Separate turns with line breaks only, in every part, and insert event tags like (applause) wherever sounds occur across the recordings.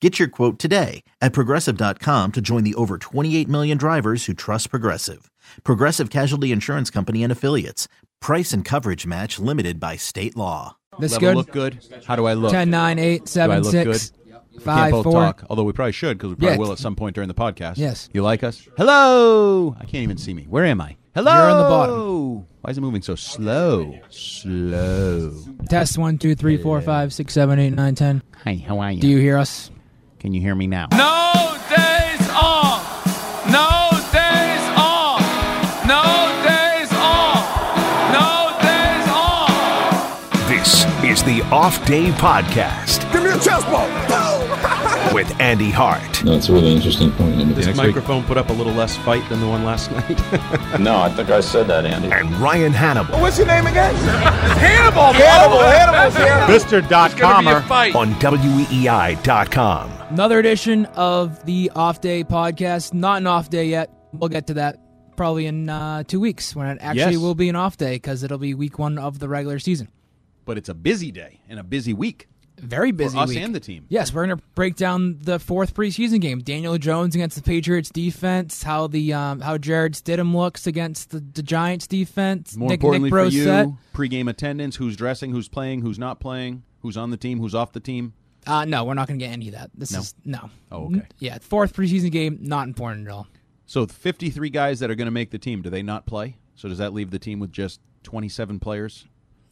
Get your quote today at progressive.com to join the over 28 million drivers who trust Progressive. Progressive Casualty Insurance Company and Affiliates. Price and coverage match limited by state law.
This
Level
good?
look good? How do I look?
10, 9, 8,
do I
7,
look
6,
good? Can't
5,
both
4.
talk, although we probably should because we probably
Yeah.
will at some point during the podcast.
Yes.
You like us? Hello. I can't even see me. Where am I? Hello.
You're on the
bottom. Why is it moving so slow? Slow.
Test 1, 2, 3, 4, 5, 6, 7, 8, 9, 10.
Hi. How are you?
Do you hear us?
Can you hear me now?
No days off. No days off. No days off. No days off.
This is the Off Day Podcast. Give me a chest ball. (laughs) with Andy Hart,
That's a really interesting point. Andy.
This microphone put up a little less fight than the one last (laughs) night.
No, I think I said that, Andy.
and Ryan Hannibal
What's your name again? Hannibal. Hannibal. Hannibal. Hannibal.
Mr. Dot
Gonna be a fight.
on E WEEI.com.
Another edition of the Off Day podcast. Not an off day yet. We'll get to that probably in uh, two weeks when it actually
Yes.
will be an off day because it'll be week one of the regular season.
But it's a busy day and a busy week
Very
for
busy
us
week.
and the team.
Yes, we're going to break down the fourth preseason game. Daniel Jones against the Patriots defense. How the um, how Jared Stidham looks against the, the Giants defense.
More
Nick,
importantly
Nick
for you,
Brosette.
pregame attendance, who's dressing, who's playing, who's not playing, who's on the team, who's off the team.
Uh, no, we're not going to get any of that. This
No?
is no.
Oh, okay.
N- yeah, fourth preseason game, not important at all.
So the 53 guys that are going to make the team, do they not play? So does that leave the team with just 27 players,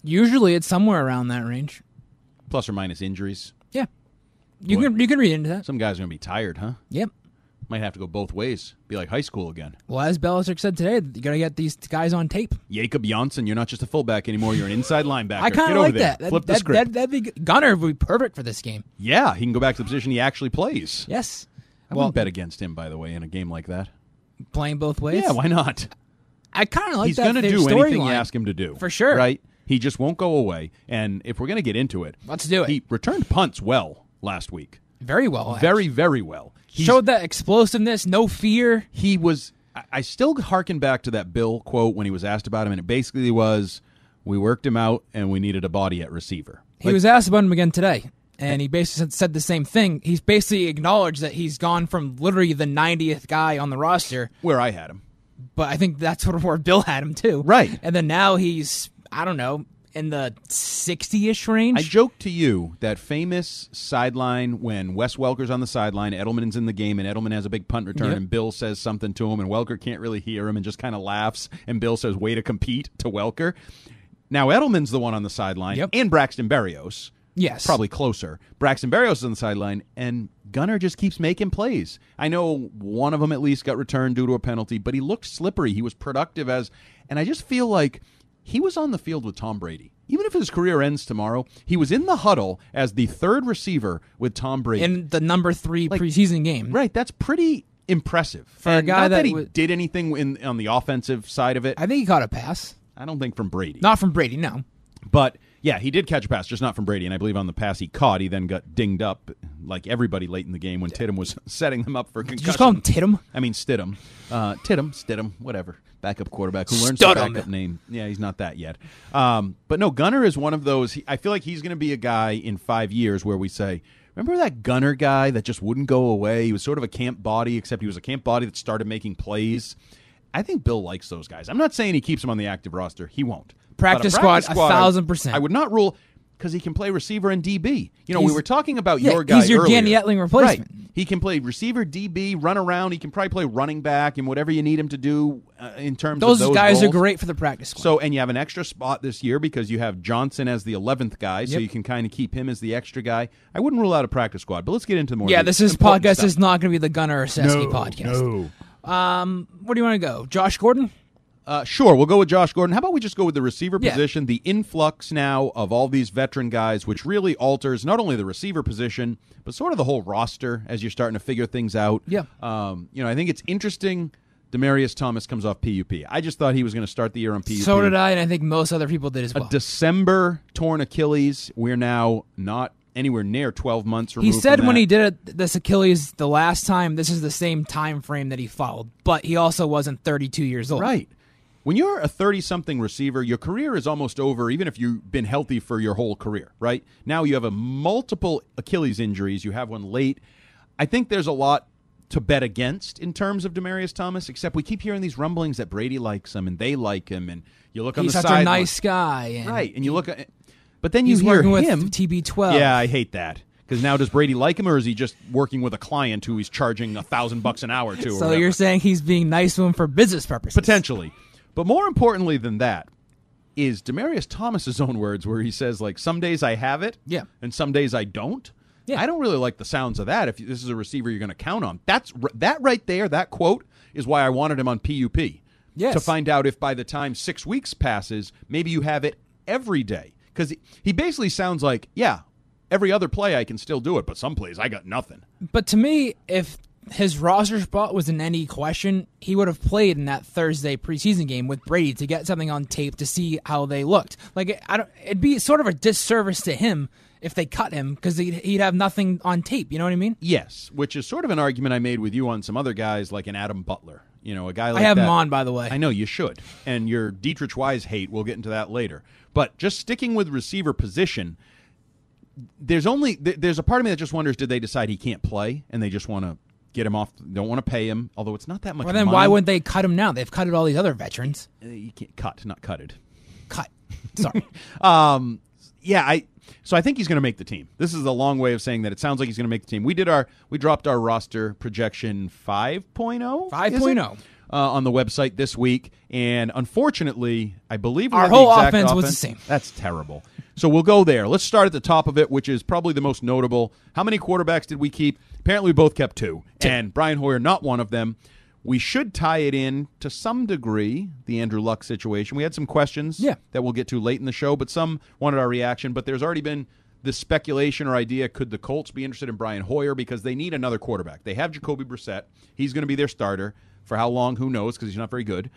Usually, it's somewhere around that range.
plus or minus injuries?
Yeah, you
Boy.
can you can read into that.
Some guys are going to be tired, huh?
Yep.
Might have to go both ways. Be like high school again.
Well, as Belichick said today, you got to get these guys on tape.
Jacob Janssen, you're not just a fullback anymore. You're an inside
(laughs)
linebacker.
I kind
Get
of
over
like
there.
that. That-
Flip
that,
the script.
That, would be good. Gunner would be perfect for this game.
yeah, he can go back to the position he actually plays.
Yes.
I
well,
wouldn't bet against him, by the way, in a game like that.
playing both ways.
yeah, why not?
I kind of like
He's
that.
going to
their
do anything you
storyline.
ask him to do.
For sure.
Right? He just won't go away. And if we're going to get into it,
Let's do it.
He returned punts well last week.
Very well.
Very, very well. He's-
showed that explosiveness, no fear.
he was I- I still harken back to that Bill quote when he was asked about him, and it basically was we worked him out and we needed a body at receiver.
He was asked about him again today, and he basically said- said the same thing. He's basically acknowledged that he's gone from literally the 90th guy on the roster,
where I had him.
but I think that's (laughs) sort of where Bill had him too.
Right.
And then now he's, I don't know, in the 60 ish range.
I joked to you that famous sideline when Wes Welker's on the sideline, Edelman's in the game, and Edelman has a big punt return,
Yep.
and Bill says something to him, and Welker can't really hear him and just kind of laughs, and Bill says, way to compete to Welker. Now Edelman's the one on the sideline,
Yep.
and Braxton Berrios.
yes.
probably closer. Braxton Berrios is on the sideline, and Gunner just keeps making plays. I know one of them at least got returned due to a penalty, but he looked slippery. He was productive as, and I just feel like he was on the field with Tom Brady. Even if his career ends tomorrow, he was in the huddle as the third receiver with Tom Brady.
In the number three
Like-
preseason game.
right, that's pretty impressive for
a guy
not that,
that
he
was-
did anything in, on the offensive side of it.
I think he caught a pass.
I don't think from Brady.
Not from Brady, no.
But yeah, he did catch a pass, just not from Brady. And I believe on the pass he caught, he then got dinged up like everybody late in the game when Tidham was (laughs) setting them up for concussion.
Did you just call him Tittum?
I mean Stidham, uh, Tidham, Stidham, whatever backup quarterback who learns the
Studham.
backup name. Yeah, he's not that yet. Um, but no, Gunner is one of those. He, I feel like he's going to be a guy in five years where we say. Remember that Gunner guy that just wouldn't go away? He was sort of a camp body, except he was a camp body that started making plays. I think Bill likes those guys. I'm not saying he keeps them on the active roster. He won't. But a
Practice squad, a thousand percent.
I would not rule because he can play receiver and DB. You know, we
He's-
were talking about
Yeah,
your
he's
guy.
your
earlier.
Danny Etling replacement.
Right. He can play receiver, DB, run around. He can probably play running back and whatever you need him to do uh, in terms
Those,
of those
guys are
roles.
great for the practice squad.
So, and you have an extra spot this year because you have Johnson as the eleventh guy, so
Yep.
you can kind of keep him as the extra guy. I wouldn't rule out a practice squad, but let's get into more.
yeah,
of the
this is
important
podcast
stuff.
is not going to be the Gunner or Sesky podcast. Where do you want to go? Josh Gordon?
Uh, sure, we'll go with Josh Gordon. How about we just go with the receiver
Yeah.
position? The influx now of all these veteran guys, which really alters not only the receiver position, but sort of the whole roster as you're starting to figure things out.
Yeah.
Um, you know, I think it's interesting Demarius Thomas comes off PUP. I just thought he was going to start the year on PUP.
So did I, and I think most other people did as
A
well.
December torn Achilles. We're now not anywhere near 12 months
He
removed.
said
from
when
that.
he did it, this Achilles the last time. This is the same time frame that he followed, but he also wasn't 32 years old.
Right. When you're a 30 something receiver, your career is almost over, even if you've been healthy for your whole career, right? Now you have a multiple Achilles injuries. You have one late. I think there's a lot to bet against in terms of Demarius Thomas, except we keep hearing these rumblings that Brady likes him and they like him. And you look on
He's
the
such
side.
a nice guy. And
Right. And you look at. But then
He's
you hear
working with
him.
TB12.
Yeah, I hate that. Because now does Brady like him or is he just working with a client who he's charging a thousand bucks an hour to? or
So
whatever?
you're saying he's being nice to him for business purposes?
potentially. But more importantly than that is Demarius Thomas's own words, where he says like, "Some days I have it,
Yeah.
and some days I don't."
Yeah.
I don't really like the sounds of that. If this is a receiver you're going to count on, that's r- that right there. That quote is why I wanted him on PUP.
Yes.
To find out if by the time six weeks passes, maybe you have it every day. Because he, he basically sounds like, yeah, every other play I can still do it, but some plays I got nothing.
But to me, if his roster spot was in any question, he would have played in that Thursday preseason game with Brady to get something on tape to see how they looked. Like I don't, it'd be sort of a disservice to him if they cut him because he'd, he'd have nothing on tape. You know what I mean?
Yes, which is sort of an argument I made with you on some other guys, like an Adam Butler. You know, a guy like
I have
that.
him on, by the way.
I know you should, and your Dietrich Wise hate. We'll get into that later. But just sticking with receiver position, there's only th- there's a part of me that just wonders: did they decide he can't play, and they just want to get him off? Don't want to pay him, although it's not that much.
Well, then
money.
why wouldn't they cut him now? They've cutted all these other veterans.
Uh, you can't cut, not cutted?
Cut.
(laughs)
Sorry.
Um, yeah, I. So I think he's going to make the team. This is a long way of saying that. It sounds like he's going to make the team. We did our we dropped our roster projection 5.0 is it?
5.0.
uh, on the website this week, and unfortunately, I believe we
Our
had the
whole
exact
offense was the same.
That's terrible. So we'll go there. Let's start at the top of it, which is probably the most notable. How many quarterbacks did we keep? Apparently, we both kept two, and Brian Hoyer not one of them. We should tie it in to some degree the Andrew Luck situation. We had some questions
Yeah.
that we'll get to late in the show, but some wanted our reaction. But there's already been this speculation or idea could the Colts be interested in Brian Hoyer because they need another quarterback? They have Jacoby Brissett. He's going to be their starter for how long? Who knows? Because he's not very good.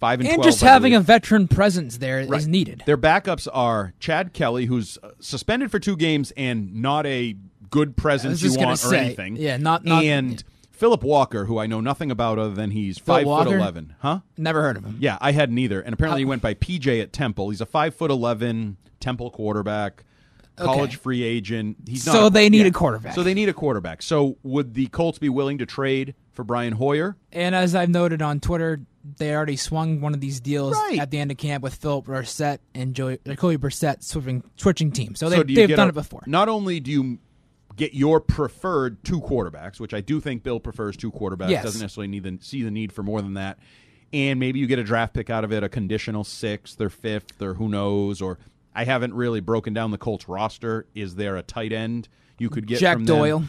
Five and,
and
12,
just
I
having
believe.
a veteran presence there is
Right.
needed.
Their backups are Chad Kelly, who's uh, suspended for two games and not a good presence you
just gonna
want or
say,
anything.
yeah, not- not-
and
yeah.
Philip Walker, who I know nothing about other than he's five
Walker?
foot eleven, huh?
Never heard of him.
Yeah, I had neither, and apparently he went by PJ at Temple. He's a five foot eleven Temple quarterback, college free agent. He's not
So
a-
they need a quarterback.
So they need a quarterback. So would the Colts be willing to trade for Brian Hoyer?
And as I've noted on Twitter, they already swung one of these deals
Right.
at the end of camp with Philip Brissett and Joey, Jacoby Brissett switching switching teams. So,
so do
they,
you
they've
get
done
a-
it before.
Not only do you get your preferred two quarterbacks, which I do think Bill prefers two quarterbacks,
Yes.
doesn't necessarily need the, see the need for more than that. And maybe you get a draft pick out of it, a conditional sixth or fifth or who knows. Or I haven't really broken down the Colts roster. Is there a tight end you could get?
Jack
from them?
Doyle,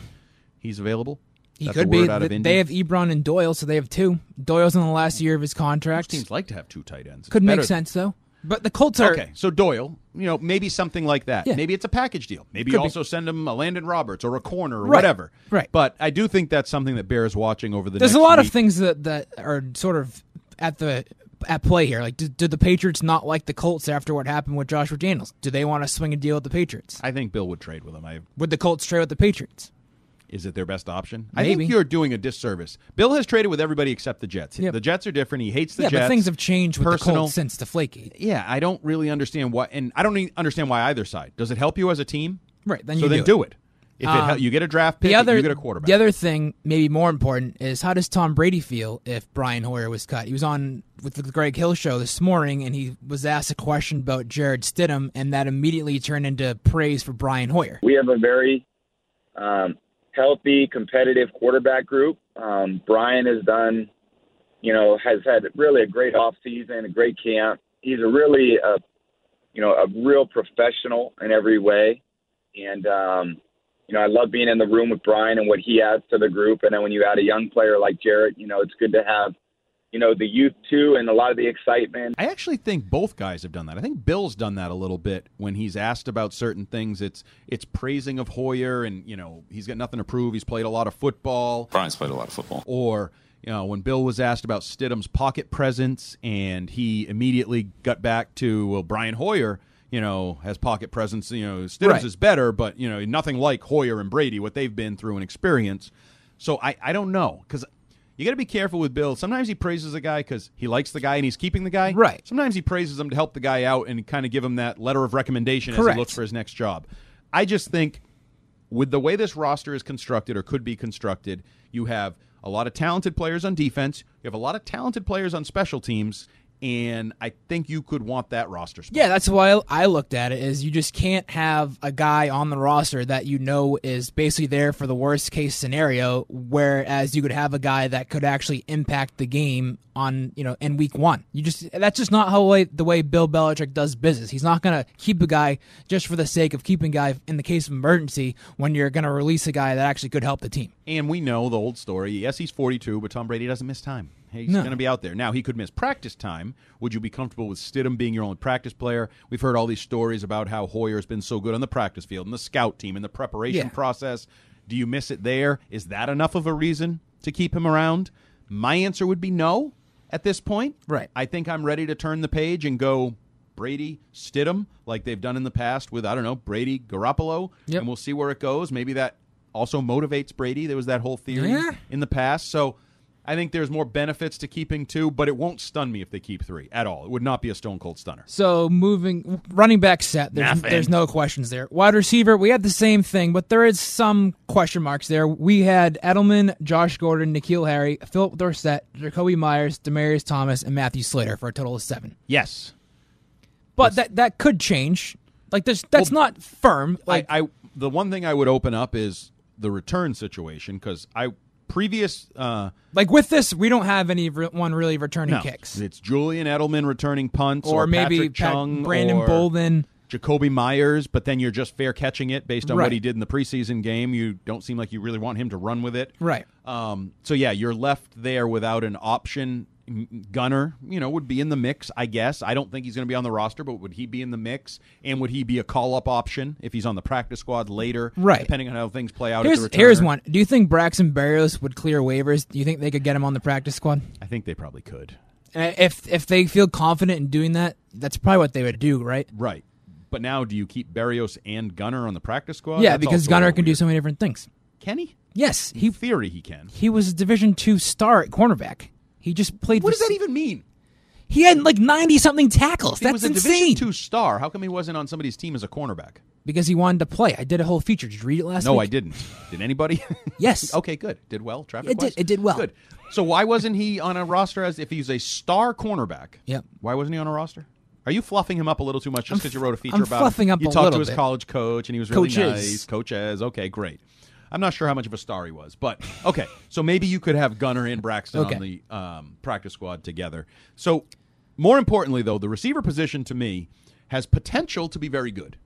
He's available.
he
That's a
could
word
be.
out of
Th-
Indy.
They have Ebron and Doyle, so they have two. Doyle's in the last year of his contract.
teams like to have two tight ends. It's
Could
better-
make sense though. But the Colts are
Okay, so Doyle, you know, maybe something like that.
Yeah.
Maybe it's a package deal. Maybe
Could
you
be.
also send him a Landon Roberts or a corner or
Right,
whatever.
right.
But I do think that's something that bears watching over the.
There's a
next
lot
week.
of things that that are sort of at the at play here. Like, did, did the Patriots not like the Colts after what happened with Joshua Daniels? Do they want to swing a deal with the Patriots?
I think Bill would trade with him. I,
Would the Colts trade with the Patriots?
is it their best option? I
Maybe.
think you're doing a disservice. Bill has traded with everybody except the Jets.
Yep.
The Jets are different. He hates the
yeah,
Jets.
but things have changed with
Personal.
the Colts since the flaky.
Yeah, I don't really understand why, and I don't e- understand why either side. Does it help you as a team?
Right, then
so
you
then
do it. Um,
do it. If it hel- you get a draft pick,
the other
you get a quarterback.
The other thing, maybe more important, is how does Tom Brady feel if Brian Hoyer was cut? He was on with the Greg Hill show this morning, and he was asked a question about Jared Stidham, and that immediately turned into praise for Brian Hoyer.
we have a very um, healthy, competitive quarterback group. Um, Brian has done, you know, has had really a great off season, a great camp. He's a really, a, you know, a real professional in every way, and um, you know, I love being in the room with Brian and what he adds to the group. And then when you add a young player like Jarrett, you know, it's good to have, you know, the youth too, and a lot of the excitement.
I actually think both guys have done that. I think Bill's done that a little bit when he's asked about certain things. It's it's praising of Hoyer, and you know he's got nothing to prove. He's played a lot of football,
Brian's played a lot of football.
or you know, when Bill was asked about Stidham's pocket presence, and he immediately got back to well, Brian Hoyer. You know, has pocket presence. You know, Stidham's
Right.
is better, but you know, nothing like Hoyer and Brady what they've been through and experience. So I, I don't know because you got to be careful with Bill. Sometimes he praises a guy because he likes the guy and he's keeping the guy.
Right.
Sometimes he praises him to help the guy out and kind of give him that letter of recommendation as
Correct.
he looks for his next job. I just think with the way this roster is constructed or could be constructed, you have a lot of talented players on defense. You have a lot of talented players on special teams, and I think you could want that roster. spot.
Yeah, that's why I- I looked at it. Is you just can't have a guy on the roster that you know is basically there for the worst case scenario, whereas you could have a guy that could actually impact the game on you know in week one. You just that's just not how way, the way Bill Belichick does business. He's not gonna keep a guy just for the sake of keeping a guy in the case of emergency when you're gonna release a guy that actually could help the team.
And we know the old story. Yes, he's 42, but Tom Brady doesn't miss time. He's
No.
going to be out there. Now, he could miss practice time. Would you be comfortable with Stidham being your only practice player? We've heard all these stories about how Hoyer's been so good on the practice field and the scout team and the preparation
Yeah.
process. Do you miss it there? Is that enough of a reason to keep him around? My answer would be no at this point.
Right.
I think I'm ready to turn the page and go Brady, Stidham, like they've done in the past with, I don't know, Brady, Garoppolo,
Yep.
and we'll see where it goes. Maybe that also motivates Brady. There was that whole theory
Yeah.
in the past. So I think there's more benefits to keeping two, but it won't stun me if they keep three at all. It would not be a stone cold stunner.
So moving running back set, there's,
Nothing.
there's no questions there. Wide receiver, we had the same thing, but there is some question marks there. We had Edelman, Josh Gordon, Nikhil Harry, Philip Dorsett, Jacoby Myers, Demarius Thomas, and Matthew Slater for a total of seven.
Yes.
But that that could change. Like there's that's not firm. Like
I, I the one thing I would open up is the return situation because I previous uh
like with this, we don't have any re- one really returning
no,
kicks,
it's Julian Edelman returning punts or,
or, maybe
Patrick
Pat-
Chung
Brandon
or
Bolden.
Jacoby Myers, but then you're just fair catching it based on what
Right.
he did in the preseason game. You don't seem like you really want him to run with it.
Right.
Um, so yeah, you're left there without an option. M- Gunner, you know, would be in the mix, I guess. I don't think he's going to be on the roster, but would he be in the mix? And would he be a call up option if he's on the practice squad later?
Right.
Depending on how things play out.
Here's
at the
here's
returner?
one. Do you think Braxton Berrios would clear waivers? Do you think they could get him on the practice squad?
I think they probably could.
Uh, if if they feel confident in doing that, that's probably what they would do, right?
Right. But now, do you keep Barrios and Gunner on the practice squad?
yeah,
Oh, That's
because
also
Gunner
a
can do
weird-
so many different things.
Can he?
Yes, he
In theory, he can.
he was a Division two star at cornerback. He just played.
What
for
does that
s-
even mean?
He had like ninety something tackles.
He
That's
was a
insane.
Division two star. How come he wasn't on somebody's team as a cornerback?
Because he wanted to play. I did a whole feature. Did you read it last
No, I
week?
didn't. Did anybody? (laughs)
Yes.
okay, good. Did well. Traffic.
It did-
wise?
it did well.
Good. So why wasn't he on a roster as if he's a star cornerback?
Yep.
Why wasn't he on a roster? Are you fluffing him up a little too much just because you wrote a feature
I'm
about
fluffing
him?
up
You
a
talked to
little
his
bit.
college coach and he was really
Coaches.
nice. Coaches. Okay, great. I'm not sure how much of a star he was, but okay. So maybe you could have Gunner and Braxton
Okay.
on the um, practice squad together. So more importantly, though, the receiver position to me has potential to be very good.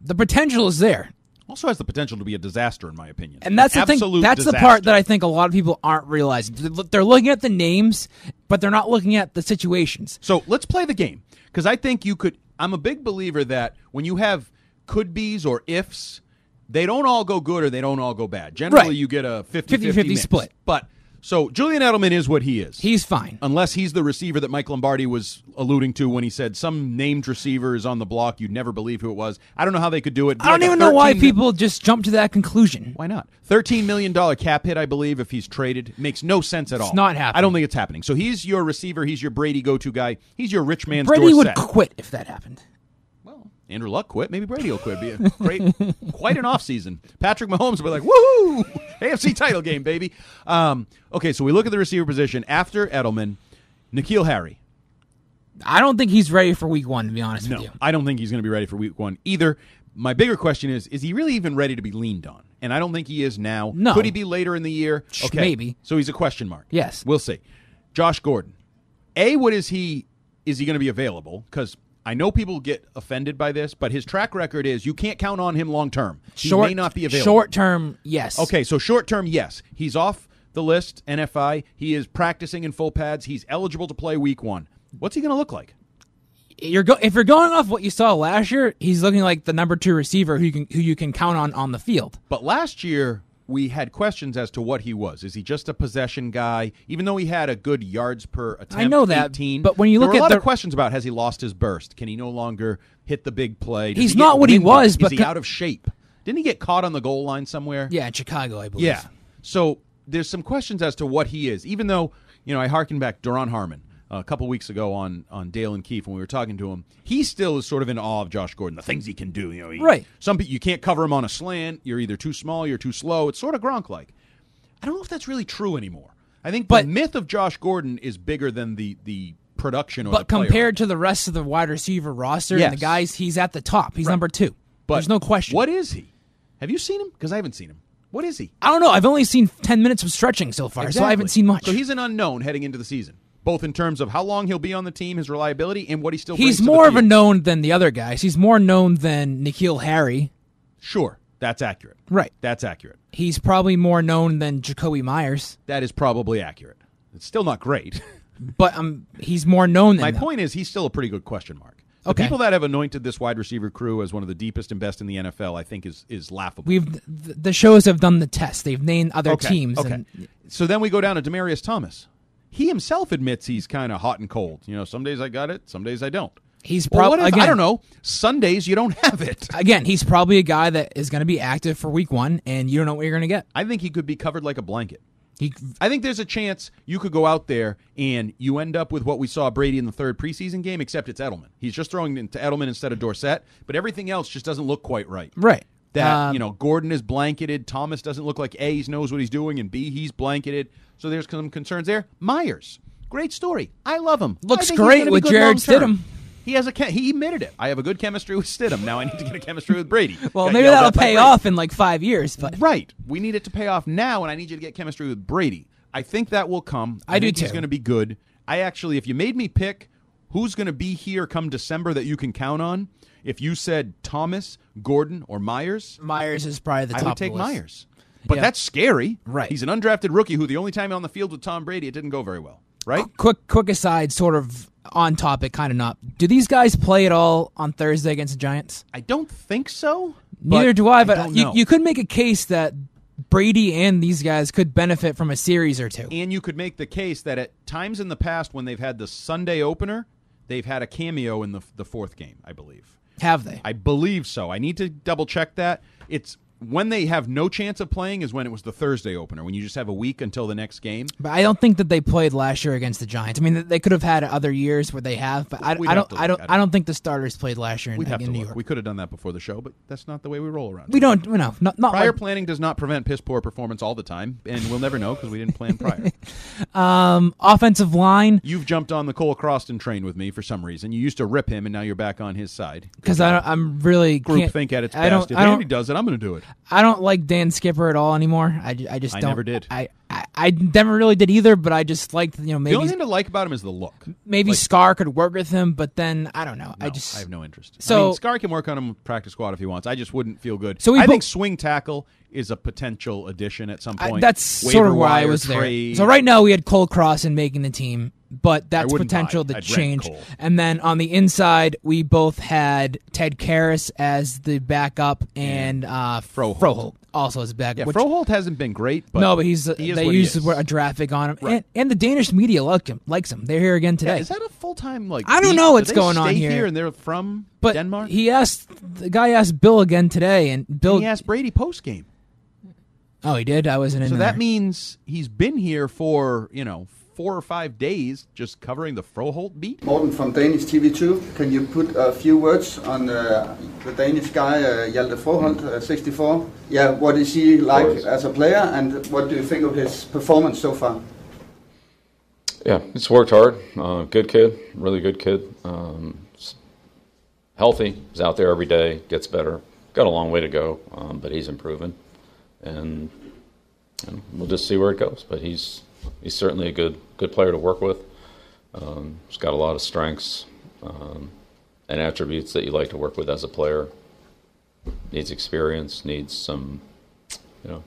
The potential is there.
Also has the potential to be a disaster, in my opinion.
And that's
An
the thing.
absolute
That's the
disaster.
part that I think a lot of people aren't realizing. They're- They're looking at the names, but they're not looking at the situations.
So let's play the game because I think you could. I'm a big believer that when you have could be's or ifs, they don't all go good or they don't all go bad. Generally,
Right.
you get a 50
50-50
mix.
split.
But so Julian Edelman is what he is.
He's fine.
Unless he's the receiver that Mike Lombardi was alluding to when he said some named receiver is on the block, you'd never believe who it was. I don't know how they could do it. Be
I don't
like a
even know why
13 mil-
people just jump to that conclusion.
Why not? Thirteen million dollar cap hit, I believe, if he's traded, makes no sense at all.
not happening.
I don't think it's happening. So he's your receiver. He's your Brady go-to guy. He's your rich man's
Brady would
Dorsett.
quit if that happened.
Well, Andrew Luck quit. Maybe Brady will quit. Be a great, (laughs) quite an offseason. Patrick Mahomes will be like, woohoo! (laughs) AFC title game, baby. Um, okay, so we look at the receiver position after Edelman, Nikhil Harry.
I don't think he's ready for week one, to be honest
No,
with you.
I don't think he's going to be ready for week one either. My bigger question is: Is he really even ready to be leaned on? And I don't think he is now.
No.
Could he be later in the year?
Sh- maybe.
So he's a question mark.
Yes.
We'll see. Josh Gordon. A. What is he? Is he going to be available? Because I know people get offended by this, but his track record is you can't count on him long term. He
Short,
may not be available.
Short term, yes.
Okay, so short term, yes, he's off the list. NFI. He is practicing in full pads. He's eligible to play week one. What's he going to look like?
You're go- if you're going off what you saw last year, he's looking like the number two receiver who you can who you can count on on the field.
But last year, we had questions as to what he was. Is he just a possession guy? Even though he had a good yards per attempt,
know that,
18,
but when you
there
look
were a
at
lot
the-
of questions about has he lost his burst? Can he no longer hit the big play? Does
He's
get
not what he
winded?
was,
Is
but
he
co-
out of shape? Didn't he get caught on the goal line somewhere?
Yeah, in Chicago, I believe.
Yeah. So there's some questions as to what he is, even though you know I hearken back Daron Harmon uh, a couple weeks ago on on Dale and Keefe when we were talking to him. He still is sort of in awe of Josh Gordon, the things he can do. You know, he,
Right.
Some pe- you can't cover him on a slant. You're either too small, you're too slow. It's sort of Gronk like. I don't know if that's really true anymore. I think
But-
the myth of Josh Gordon is bigger than the the production or the
But
player.
compared to the rest of the wide receiver roster and
Yes.
the guys, he's at the top. He's number two.
But
There's no question.
What is he? Have you seen him? Because I haven't seen him. What is he?
I don't know. I've only seen 10 minutes of stretching so far, so I haven't
Exactly.
seen much.
So he's an unknown heading into the season, both in terms of how long he'll be on the team, his reliability, and what he still brings
he's
to the
more of a
field.
known than the other guys. He's more known than Nikhil Harry.
Sure, that's accurate.
Right.
That's accurate.
He's probably more known than Jacoby Myers,
That is probably accurate. It's still
(laughs)
not great.
but um, he's more known than
My
them.
point is, he's still a pretty good question mark. The
Okay.
people that have anointed this wide receiver crew as one of the deepest and best in the NFL, I think, is is laughable.
We've th- the shows have done the test. They've named other
okay.
teams.
Okay.
And
So then we go down to Demarius Thomas. He himself admits he's kind of hot and cold. You know, some days I got it, some days I don't.
He's
Well,
prob-
what if- I
again-
don't know. Sundays you don't (laughs) have it.
again, he's probably a guy that is going to be active for week one, and you don't know what you're going to get.
I think he could be covered like a blanket.
He
I think there's a chance you could go out there and you end up with what we saw Brady in the third preseason game, except it's Edelman. He's just throwing into Edelman instead of Dorsett, but everything else just doesn't look quite right.
right.
That
Um,
you know, Gordon is blanketed. Thomas doesn't look like A. He knows what he's doing, and B. He's blanketed. So there's some concerns there. Myers, great story. I love him. I
Looks
think he's
great
gonna be
with
good
Jared
long-term.
Stidham.
He has a chem- he admitted it. I have a good chemistry with Stidham. Now I need to get a chemistry with Brady.
(laughs) Well,
Got
maybe
yelled
that'll
at by
pay
Brady.
off in like five years, but
Right. We need it to pay off now, and I need you to get chemistry with Brady. I think that will come.
I do
think He's
too.
going to be good. I actually, if you made me pick who's going to be here come December that you can count on, if you said Thomas, Gordon, or Myers,
Myers is probably the
I
top.
would
of the
take
list.
Myers. But
Yeah.
that's scary.
Right.
He's an undrafted rookie who the only time on the field with Tom Brady, it didn't go very well. Right?
Quick, quick aside, sort of on topic, kind of not. Do these guys play at all on Thursday against the Giants?
I don't think so.
Neither do I. But
don't
you,
know.
you could make a case that Brady and these guys could benefit from a series or two.
And you could make the case that at times in the past when they've had the Sunday opener, they've had a cameo in the, the fourth game, I believe.
Have they?
I believe so. I need to double check that. It's when they have no chance of playing is when it was the Thursday opener, when you just have a week until the next game.
But I don't think that they played last year against the Giants. I mean, they- they could have had other years where they have, but I,
We'd
I
have
don't,
to
I
look.
don't, I don't think the starters played last year in,
We'd have
in
to
New
look.
York.
We could have done that before the show, but that's not the way we roll around.
We don't, you know, not, not
Prior
like-
planning does not prevent piss poor performance all the time, and we'll never know because we didn't plan prior.
(laughs) offensive line
You've jumped on the Cole Croston train with me for some reason. You used to rip him, and now you're back on his side.
because I don't, I'm really
Group
can't-
think at its
I don't,
best. If
I
Andy
don't,
does it, I'm going to do it.
I don't like Dan Skipper at all anymore. I, ju- I just
I
don't.
never did.
I, I, I never really did either, but I just liked, you know,
The only
maybe
thing to like about him is the look.
maybe Scar could work with him, but then I don't know. I
No,
just
I have no interest. I
So-
mean, Scar can work on him with practice squad if he wants. I just wouldn't feel good.
So we
I think
bo-
swing tackle is a potential addition at some
I-
point.
that's
Waiver
sort of where I
wire
was there.
trade.
So right now we had Cole Cross in making the team, but that's
wouldn't
potential
buy.
to
I'd rent
change.
Cole.
And then on the inside, we both had Ted Karras as the backup and uh,
Froholt.
also as backup.
yeah,
which-
Froholt hasn't been great, but
no, but he's
he is
they
what he
used
is.
a graphic on him, and, and the Danish media liked him. Likes him. They're here again today.
Is that a full time like?
I don't
beat?
know
Do
what's
they
going on
stay
here.
and they're from
but
Denmark.
he asked the guy asked Bill again today, and Bill.
And he asked Brady post game,
oh, he did. I wasn't in.
so
there.
that means he's been here for you know four or five days, just covering the Froholt beat.
Morten from Danish TV2. Can you put a few words on uh, the Danish guy, uh, Hjalte Froholt, uh, 64? Yeah, what is he like as a player, and what do you think of his performance so far?
Yeah, he's worked hard. Uh, good kid, really good kid. Um, s- healthy, is out there every day, gets better. Got a long way to go, um, but he's improving, and, and we'll just see where it goes. But he's he's certainly a good good player to work with. Um, he's got a lot of strengths um, and attributes that you like to work with as a player. Needs experience, needs some, you know,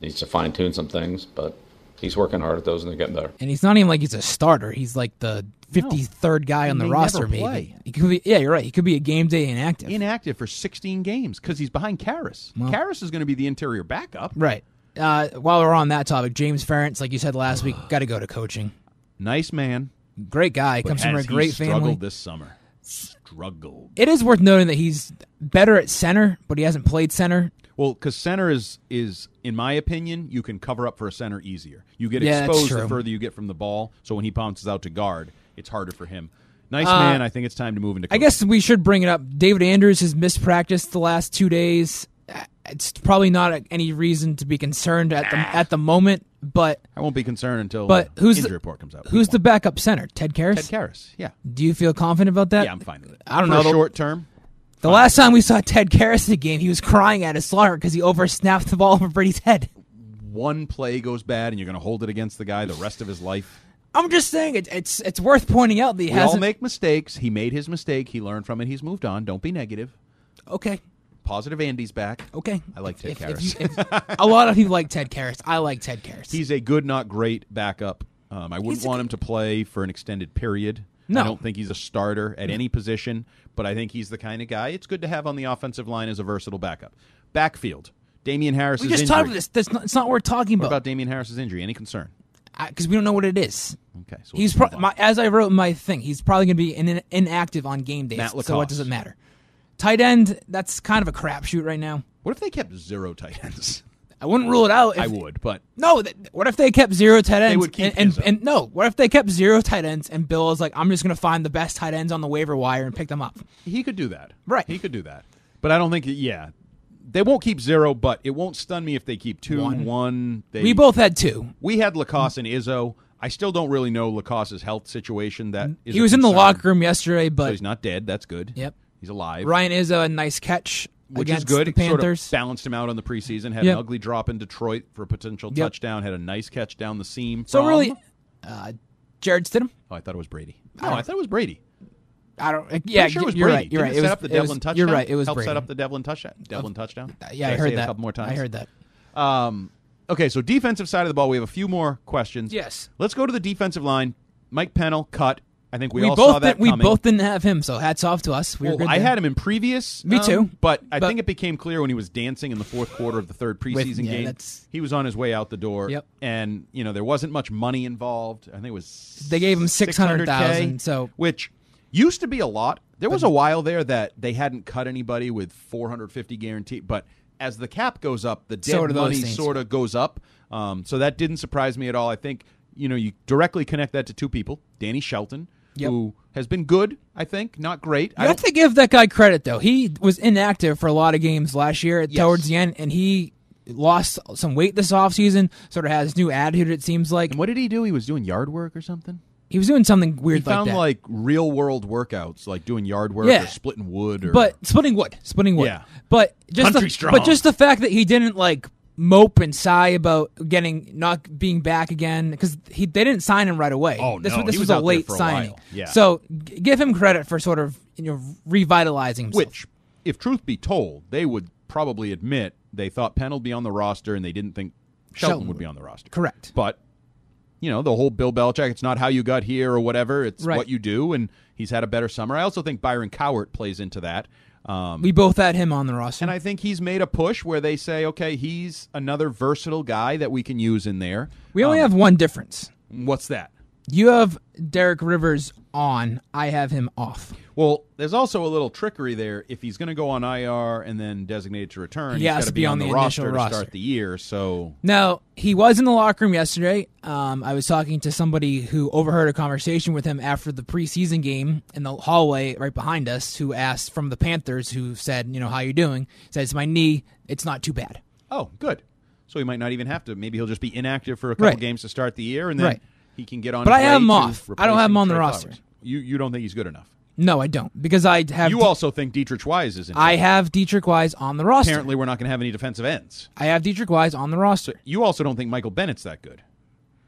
needs to fine tune some things, but he's working hard at those and they're getting better.
and he's not even like he's a starter. He's like the fifty third guy on the
may
roster.
never
Maybe
play.
he could be. Yeah, you're right. He could be a game day inactive.
Inactive for 16 games because he's behind Karras. Karras is going to be the interior backup.
right. uh, while we're on that topic, James Ferentz, like you said last
(sighs)
week, got to go to coaching.
Nice man.
Great guy.
But
Comes from a
has he
great
struggled
family.
this summer. Struggled.
It is worth noting that he's better at center, but he hasn't played center.
Well, because center is is in my opinion, you can cover up for a center easier. You get
Yeah, that's
exposed
true.
the further you get from the ball. So when he bounces out to guard, it's harder for him. Nice
Uh,
man. I think it's time to move into.
I guess we should bring it up. David Andrews has missed practice the last two days. Uh, It's probably not a- any reason to be concerned at the at the moment, but
I won't be concerned until
but
the
who's
injury
the,
report comes out.
Who's the backup center? Ted Karras.
Ted Karras? Yeah,
Do you feel confident about that?
yeah, I'm fine with it.
I don't
For
know.
a
The-
Short term,
The last time we saw Ted Karras in the game, he was crying at his slaughter because he oversnapped the ball (laughs) over Brady's head.
one play goes bad, and you're going to hold it against the guy the rest of his life.
I'm just saying it, it's it's worth pointing out that he
We all
hasn't.
make mistakes. He made his mistake. He learned from it. He's moved on. Don't be negative.
okay,
Positive Andy's back.
okay.
I like Ted
If- if
Karras.
you- if- a lot of people like Ted Karras. I like Ted Karras.
He's a good, not great backup. Um, I wouldn't want him to play for an extended period.
No.
I don't think he's a starter at any position, but I think he's the kind of guy it's good to have on the offensive line as a versatile backup. Backfield. Damian Harris
we
is
just
injury.
talked about this. That's not, it's not worth talking
What
about
about Damian Harris's injury? Any concern?
because we don't know what it is.
Okay. So we'll
He's
just
pro-
move on.
my, as I wrote in my thing. He's probably going to be in, inactive on game days.
Matt
so what
Lacoste.
does it matter? Tight end. That's kind of a crapshoot right now.
What if they kept zero tight ends?
I wouldn't rule it out. If,
I would, but
No, th- what if they kept zero tight ends?
would keep
and,
his
and, and no, what if they kept zero tight ends and Bill is like, I'm just going to find the best tight ends on the waiver wire and pick them up.
he could do that.
Right.
He could do that. But I don't think, yeah. They won't keep zero, but it won't stun me if they keep two, one. they,
We both had two.
We had Lacoste and Izzo. I still don't really know Lacosse's health situation. That is
Mm. He
a
was in the
concern.
locker room yesterday,
So
but
he's not dead. That's good.
Yep.
He's alive.
Ryan is a nice catch
Which is
against
good.
the
It sort of
Panthers.
balanced him out on the preseason. Had
Yep.
an ugly drop in Detroit for a potential
Yep.
touchdown. Had a nice catch down the seam.
so
from-
really, uh, Jared Stidham.
oh, I thought it was Brady. No, I thought it was Brady.
I don't. Yeah,
Pretty sure it was
you're
Brady.
right. You're
Didn't
right.
it
It
set
was-
up the
it was-
Devlin touchdown.
You're right. It was
helped
Brady.
set up the Devlin touchdown. Devlin touchdown.
Yeah,
Did
I
say
heard
it
that.
a couple more times.
I heard that.
Um, okay, so defensive side of the ball, we have a few more questions.
Yes.
Let's go to the defensive line. Mike Pennell cut. I think we,
We
all
both
saw that
did, we
coming.
both didn't have him, so hats off to us. We were
Well,
good.
I
there.
had him in previous.
Me
um,
too.
But I
But-
think it became clear when he was dancing in the fourth quarter of the third preseason
yeah,
game.
that's-
He was on his way out the door.
Yep.
And, you know, there wasn't much money involved. I think it was.
They gave him
600K,
600,000, so-
Which used to be a lot. There was a while there that they hadn't cut anybody with 450 guarantee. But as the cap goes up, the dead
So do those
money
things.
sort of goes up. Um, so that didn't surprise me at all. I think, you know, you directly connect that to two people Danny Shelton,
Yep.
who has been good, I think, not great. I
You
don't
have to give that guy credit though. He was inactive for a lot of games last year
Yes.
towards the end, and he lost some weight this offseason, sort of has new attitude, it seems like.
And what did he do? He was doing yard work or something.
He was doing something
He
weird like
found
that.
like real world workouts, like doing yard work
Yeah.
or splitting wood. Or
but splitting wood. Splitting wood.
Yeah.
But just
Country
the,
strong.
but just the fact that he didn't like mope and sigh about getting not being back again because he they didn't sign him right away.
Oh,
this,
no,
was- this
he
was,
was
a
out there
late
for a
signing.
while. Yeah.
So g- give him credit for sort of you know revitalizing himself.
which, if truth be told, they would probably admit they thought Penn would be on the roster, and they didn't think Shelton,
Shelton
would be on the roster.
Correct.
But you know the whole Bill Belichick. It's not how you got here or whatever. It's
Right.
what you do, and he's had a better summer. I also think Byron Cowart plays into that. Um,
We both had him on the roster.
And I think he's made a push where they say, okay, he's another versatile guy that we can use in there.
we only
Um,
have one difference.
what's that?
You have Derek Rivers on. I have him off.
Well, there's also a little trickery there. If he's going to go on IR and then designated to return,
He
he's
has
gotta
to be on the
the,
initial
roster,
roster.
to start the year. So
Now, he was in the locker room yesterday. Um, I was talking to somebody who overheard a conversation with him after the preseason game in the hallway right behind us who asked from the Panthers who said, you know, how you doing? Says, my knee, it's not too bad.
Oh, good. So he might not even have to. Maybe he'll just be inactive for a couple
Right.
games to start the year, and then
Right.
he can get on.
But
his
I have
way
him
to
off. I don't have him
replacing
on the
Trey
roster.
Flowers. You you don't think he's good enough?
No, I don't. Because I have
You also think Dietrich Wise is in?
I have Dietrich Wise on the roster.
Apparently, we're not going to have any defensive ends.
I have Dietrich Wise on the roster.
You also don't think Michael Bennett's that good.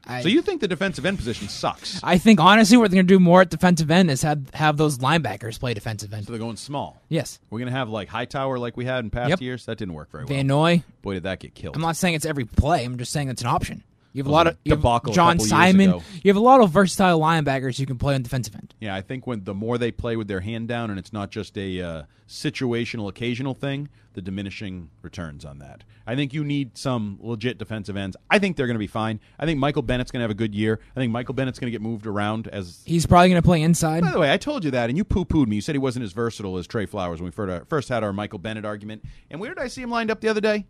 I,
So you think the defensive end position sucks?
I think honestly what they're gonna do more at defensive end is have have those linebackers play defensive
so
end.
they're going small.
Yes.
We're going to have like Hightower like we had in past
Yep.
years. That didn't work very well.
Van Noy.
Boy, did that get killed.
I'm not saying it's every play, I'm just saying it's an option. You have a
was
lot
a
of you have
debacle a
John
couple years
Simon.
ago.
You have a lot of versatile linebackers who can play on defensive end.
Yeah, I think when the more they play with their hand down and it's not just a uh, situational, occasional thing, the diminishing returns on that. I think you need some legit defensive ends. I think they're going to be fine. I think Michael Bennett's going to have a good year. I think Michael Bennett's going to get moved around as.
He's probably going to play inside.
By the way, I told you that, and you poo pooed me. You said he wasn't as versatile as Trey Flowers when we fir- first had our Michael Bennett argument. And where did I see him lined up the other day?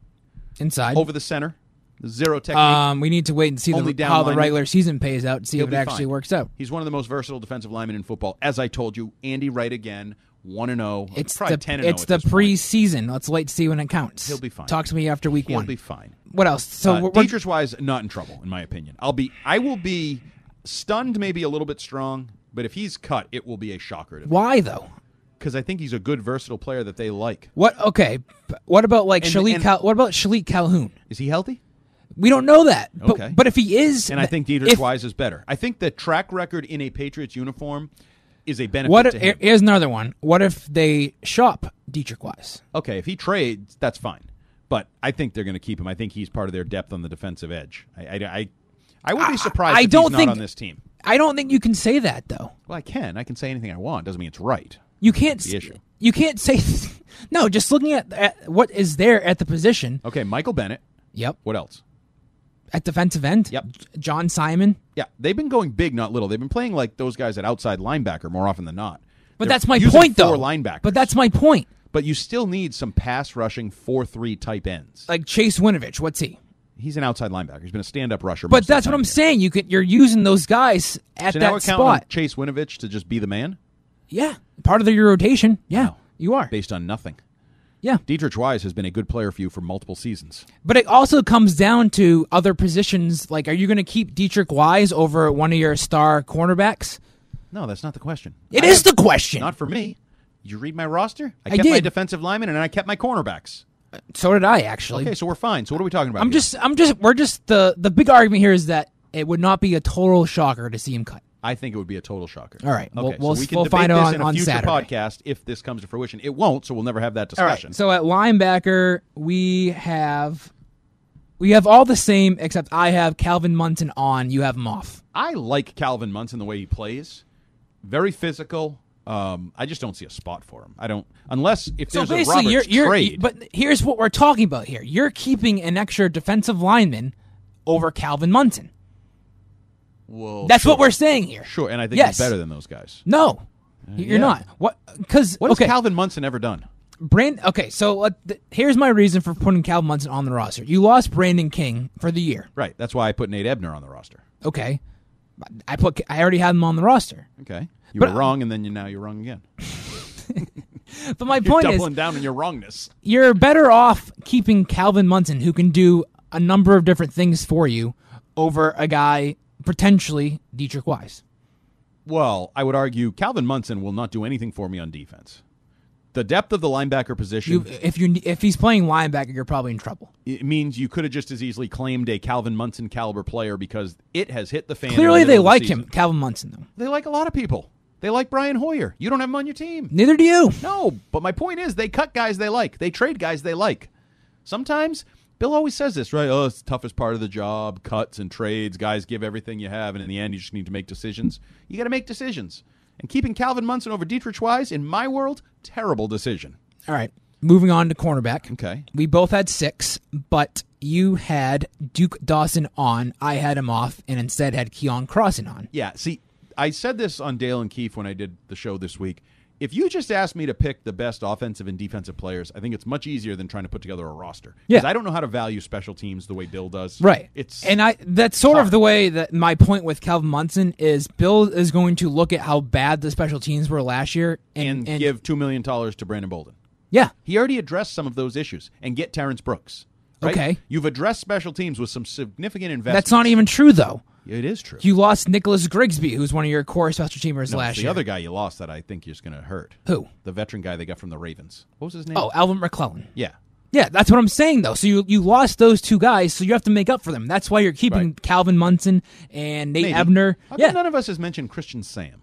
Inside.
Over the center. Zero technique.
Um, we need to wait and see
Only
the,
down
how the
lineman.
regular season pays out and see
He'll
if it
be
actually
fine.
works out.
He's one of the most versatile defensive linemen in football. As I told you, Andy Wright again, 1 and 0.
It's
probably
the
10 and 0
it's the preseason. Let's wait to see when it counts.
He'll be fine.
Talk to me after week
He'll
one.
be fine.
What else? So
uh,
we're, we're-
Deidres wise, not in trouble, in my opinion. I'll be, I will be stunned, maybe a little bit strong, but if he's cut, it will be a shocker to me
why though?
because I think he's a good versatile player that they like.
What? Okay. but What about like
And-
Shalik?
and-
Cal- what about Shalik Calhoun?
Is he healthy?
We don't know that. But,
Okay.
But if he is,
And I think
if-
Deidres wise is better. I think the track record in a Patriots uniform is a benefit
What?
to
If,
him.
here's another one. What if they shop Dietrich Wise?
okay, if he trades, that's fine. But I think they're going to keep him. I think he's part of their depth on the defensive edge. I, I, I, I would be surprised
I
if
don't
he's
think-
not on this team.
I don't think you can say that though.
Well, I can. I can say anything I want. Doesn't mean it's right.
You can't.
the
s-
issue.
You can't say. (laughs) no, just looking at, at what is there at the position.
Okay, Michael Bennett.
Yep.
What else?
At defensive end.
Yep.
J- John Simon.
Yeah, they've been going big, not little. They've been playing like those guys at outside linebacker more often than not.
But
They're
that's my
using
point,
four
though.
Linebackers.
But that's my point.
but you still need some pass rushing four three type ends.
Like Chase Winovich, what's he?
He's an outside linebacker. He's been a stand up rusher. most
But
of the
that's what
time
I'm
here.
saying. You could you're using those guys at
So now we're
that
counting on
spot.
Chase Winovich to just be the man
Yeah, part of the, your rotation. Yeah,
Wow.
you are.
based on nothing.
Yeah,
Dietrich Wise has been a good player for you for multiple seasons.
but it also comes down to other positions. Like, are you going to keep Dietrich Wise over one of your star cornerbacks?
No, that's not the question.
It
I
is
have-
the question.
Not for me. Did you read my roster? I
I
kept my
did.
defensive linemen and I kept my cornerbacks.
so did I actually.
Okay, so we're fine. So what are we talking about?
I'm
here?
just, I'm just, we're just the the big argument here is that it would not be a total shocker to see him cut.
I think it would be a total shocker.
All right, we'll-
Okay,
we'll-
so we can
we'll
debate
find
this
out
in a
on
future
Saturday.
podcast if this comes to fruition. It won't, so we'll never have that
All
discussion.
right. So at linebacker, we have we have all the same except I have Calvin Munson on, you have him off.
I like Calvin Munson the way he plays. Very physical. Um, I just don't see a spot for him. I don't unless if
So
there's a
basically,
Roberts
you're, you're
trade.
but here's what we're talking about here. You're keeping an extra defensive lineman over Calvin Munson.
Well,
That's what
sure.
we're saying here.
sure, and I think
Yes.
he's better than those guys.
No, you're
yeah.
not. What? Because
What
okay,
has Calvin Munson ever done?
Brand. Okay, so uh, th- here's my reason for putting Calvin Munson on the roster. You lost Brandon King for the year.
Right. That's why I put Nate Ebner on the roster.
Okay, I put. I already had him on the roster.
Okay. You
But-
were wrong, and then you now you're
(laughs)
wrong again.
But my
You're
point is,
doubling down on your wrongness.
you're better off keeping Calvin Munson, who can do a number of different things for you, over a guy potentially Dietrich Wise.
Well, I would argue Calvin Munson will not do anything for me on defense. The depth of the linebacker position
You, if you if he's playing linebacker, you're probably in trouble.
it means you could have just as easily claimed a Calvin Munson caliber player because it has hit the fan. in the
Clearly,
middle
they
of the
like
season.
him, Calvin Munson. Though
They like a lot of people. They like Brian Hoyer. You don't have him on your team.
neither do you.
No, but my point is they cut guys they like. They trade guys they like. Sometimes Bill always says this, right? Oh, it's the toughest part of the job, cuts and trades. Guys give everything you have, and in the end, you just need to make decisions. You got to make decisions. And keeping Calvin Munson over Dietrich Wise, in my world, terrible decision.
All right, moving on to cornerback.
Okay.
we both had six, but you had Duke Dawson on. I had him off, and instead had Keon Crossan on.
Yeah. See, I said this on Dale and Keefe when I did the show this week. If you just asked me to pick the best offensive and defensive players, I think it's much easier than trying to put together a roster. 'Cause
Yeah.
I don't know how to value special teams the way Bill does.
Right.
It's
and I that's sort
hard.
of the way that my point with Calvin Munson is Bill is going to look at how bad the special teams were last year and,
and, give two million dollars to Brandon Bolden.
yeah
He already addressed some of those issues and get Terrence Brooks. right?
Okay.
You've addressed special teams with some significant investment.
that's not even true though.
It is true.
You lost Nicholas Grigsby, who's one of your core special teamers
No, it's
last
the
year.
other guy you lost that I think is going to hurt.
Who?
The veteran guy they got from the Ravens. What was his name?
Oh, Alvin McClellan.
yeah.
Yeah, that's what I'm saying though. So you you lost those two guys, so you have to make up for them. That's why you're keeping
Right.
Calvin Munson and Nate
Maybe.
Ebner.
How come
Yeah,
none of us has mentioned Christian Sam?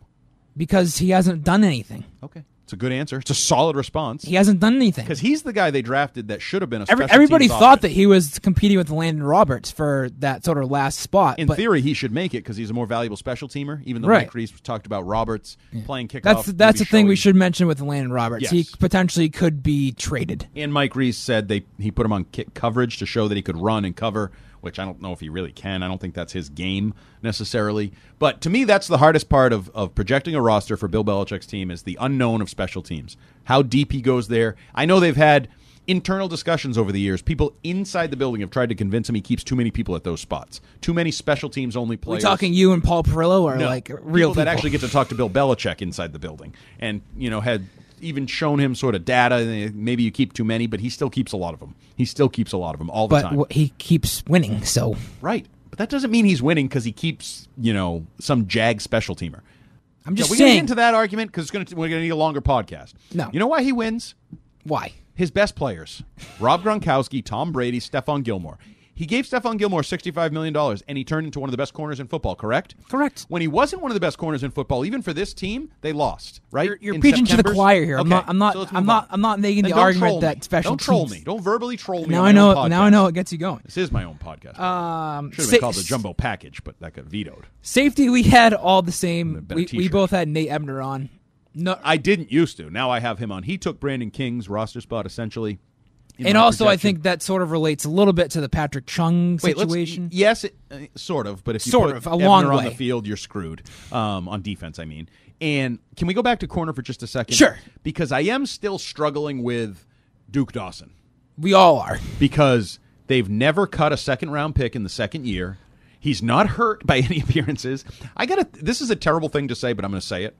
because he hasn't done anything.
Okay. It's a good answer. It's a solid response. He
hasn't done anything
because he's the guy they drafted that should have been a.
Every,
special
everybody
teams
thought that he was competing with Landon Roberts for that sort of last spot.
In
but
theory, he should make it because he's a more valuable special teamer. Even though
Right.
Mike Reese talked about Roberts playing kickoff.
that's
maybe
that's the thing we
showing-
should mention with Landon Roberts. He
Yes.
potentially could be traded.
And Mike Reese said they he put him on kick coverage to show that he could run and cover, which I don't know if he really can. I don't think that's his game necessarily. But to me, that's the hardest part of, of projecting a roster for Bill Belichick's team is the unknown of special teams. How deep he goes there. I know they've had internal discussions over the years. People inside the building have tried to convince him he keeps too many people at those spots. Too many special teams only
Are we
players.
talking you and Paul Perillo or
No,
like real
people that actually get to talk to Bill Belichick inside the building, and you know had even shown him sort of data. and Maybe you keep too many, but he still keeps a lot of them. He still keeps a lot of them all the
but
time.
wh- he keeps winning, so
right, but that doesn't mean he's winning because he keeps you know some jag special teamer.
I'm just
we
saying.
get into that argument because we're going to need a longer podcast.
No.
you know why he wins?
Why?
His best players: Rob Gronkowski, Tom Brady, Stephon Gilmore. He gave Stephon Gilmore $65 million, and he turned into one of the best corners in football, correct?
Correct.
When he wasn't one of the best corners in football, even for this team, they lost, right?
You're, you're
In
preaching to
September's-
the choir here. I'm
Okay,
not. I'm not.
so let's
I'm
move
not.
on.
I'm not making
Then
the
don't
argument
troll me.
that special
Don't troll
teams-
me. Don't verbally troll me.
Now I
on my
know.
own
Now I
podcast.
know it gets you going.
This is my own podcast.
Um,
Should have
sa-
been called the Jumbo Package, but that got vetoed.
Safety, we had all the same.
been a
We, we
t-shirt.
both had Nate Ebner on. No,
I didn't used to. Now I have him on. He took Brandon King's roster spot essentially. in
and
my
also I
projection.
think that sort of relates a little bit to the Patrick Chung
Wait, let's-
situation.
yes, it, uh, sort of, but if you
Sort
put
of, a
Ebner
long
on
way.
the field, you're screwed. Um, on defense, I mean. And can we go back to corner for just a second?
Sure.
Because I am still struggling with Duke Dawson
we all are.
because they've never cut a second round pick in the second year. He's not hurt by (laughs) any appearances. I got to this is a terrible thing to say, but I'm going to say it.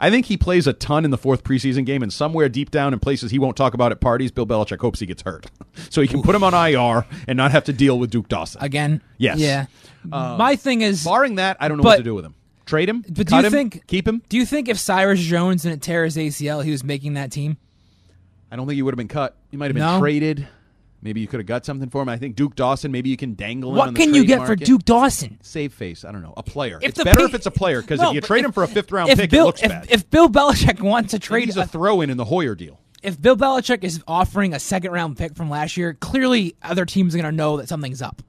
I think he plays a ton in the fourth preseason game, and somewhere deep down in places he won't talk about at parties, Bill Belichick hopes he gets hurt, (laughs) so he can put him on IR and not have to deal with Duke Dawson.
Again.
Yes.
Yeah. My thing is,
Barring that, I don't know
But-
what to do with him. Trade him?
but do
cut
you
him,
think?
Keep him?
Do you think if Cyrus Jones didn't tear his ACL, he was making that team?
I don't think he would have been cut. He might have been
No?
traded. Maybe you could have got something for him. I think Duke Dawson. Maybe you can dangle him. on
What
the
can you
trade
get for
market.
Duke Dawson?
Save face. I don't know. A player.
If
it's
the
better
pe-
if it's a player because
No,
if you
but
trade
if-
him for a fifth round
if
pick,
Bill,
it looks
if,
bad.
If Bill Belichick wants to trade, uh,
he's a
a-
throw in in the Hoyer deal.
if Bill Belichick is offering a second round pick from last year, clearly other teams are going to know that something's up.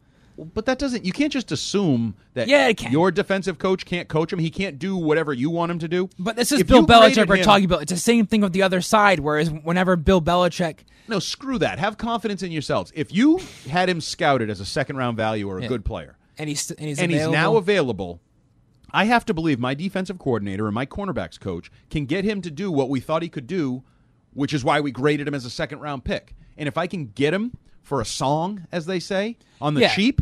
But that doesn't. You can't just assume that.
Yeah, it can.
your defensive coach can't coach him. He can't do whatever you want him to do.
But this is
If
Bill
you graded
Belichick we're
him-
talking about. It's the same thing with the other side. Whereas whenever Bill Belichick,
No, screw that. Have confidence in yourselves. If you had him scouted as a second round value or a
Yeah.
good player,
and he's and he's
and
available,
he's now available. I have to believe my defensive coordinator and my cornerbacks coach can get him to do what we thought he could do, which is why we graded him as a second round pick. And if I can get him for a song, as they say, on the
Yeah.
cheap,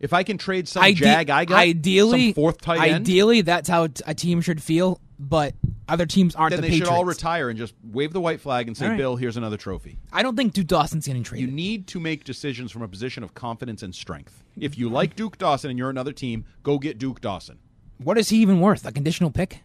if I can trade some
Ide-
jag I got,
ideally
some fourth tight end,
Ideally, that's how t- a team should feel. But other teams aren't
then
the
they
Patriots.
should all retire and just wave the white flag and say,
All right.
"Bill, here's another trophy."
I don't think Duke Dawson's getting
You
traded.
need to make decisions from a position of confidence and strength. If you like Duke Dawson and you're another team, go get Duke Dawson.
what is he even worth? A conditional pick?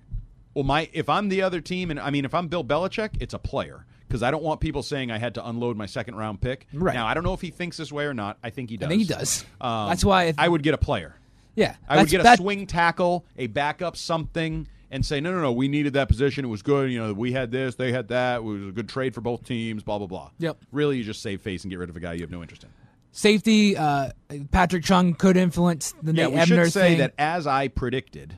Well, my if I'm the other team, and I mean if I'm Bill Belichick, it's a player because I don't want people saying I had to unload my second round pick.
Right.
now, I don't know if he thinks this way or not. I think he does. Um,
I think he does. That's why I-
I would get a player.
Yeah,
I would
that's-
get a
that-
swing tackle, a backup, something, and say, no, no, no, we needed that position. It was good. You know, we had this, they had that. It was a good trade for both teams. Blah blah blah.
Yep.
Really, you just save face and get rid of a guy you have no interest in.
Safety. Uh, Patrick Chung could influence the
Yeah,
Nate
we
Ebner
should say
thing.
that as I predicted,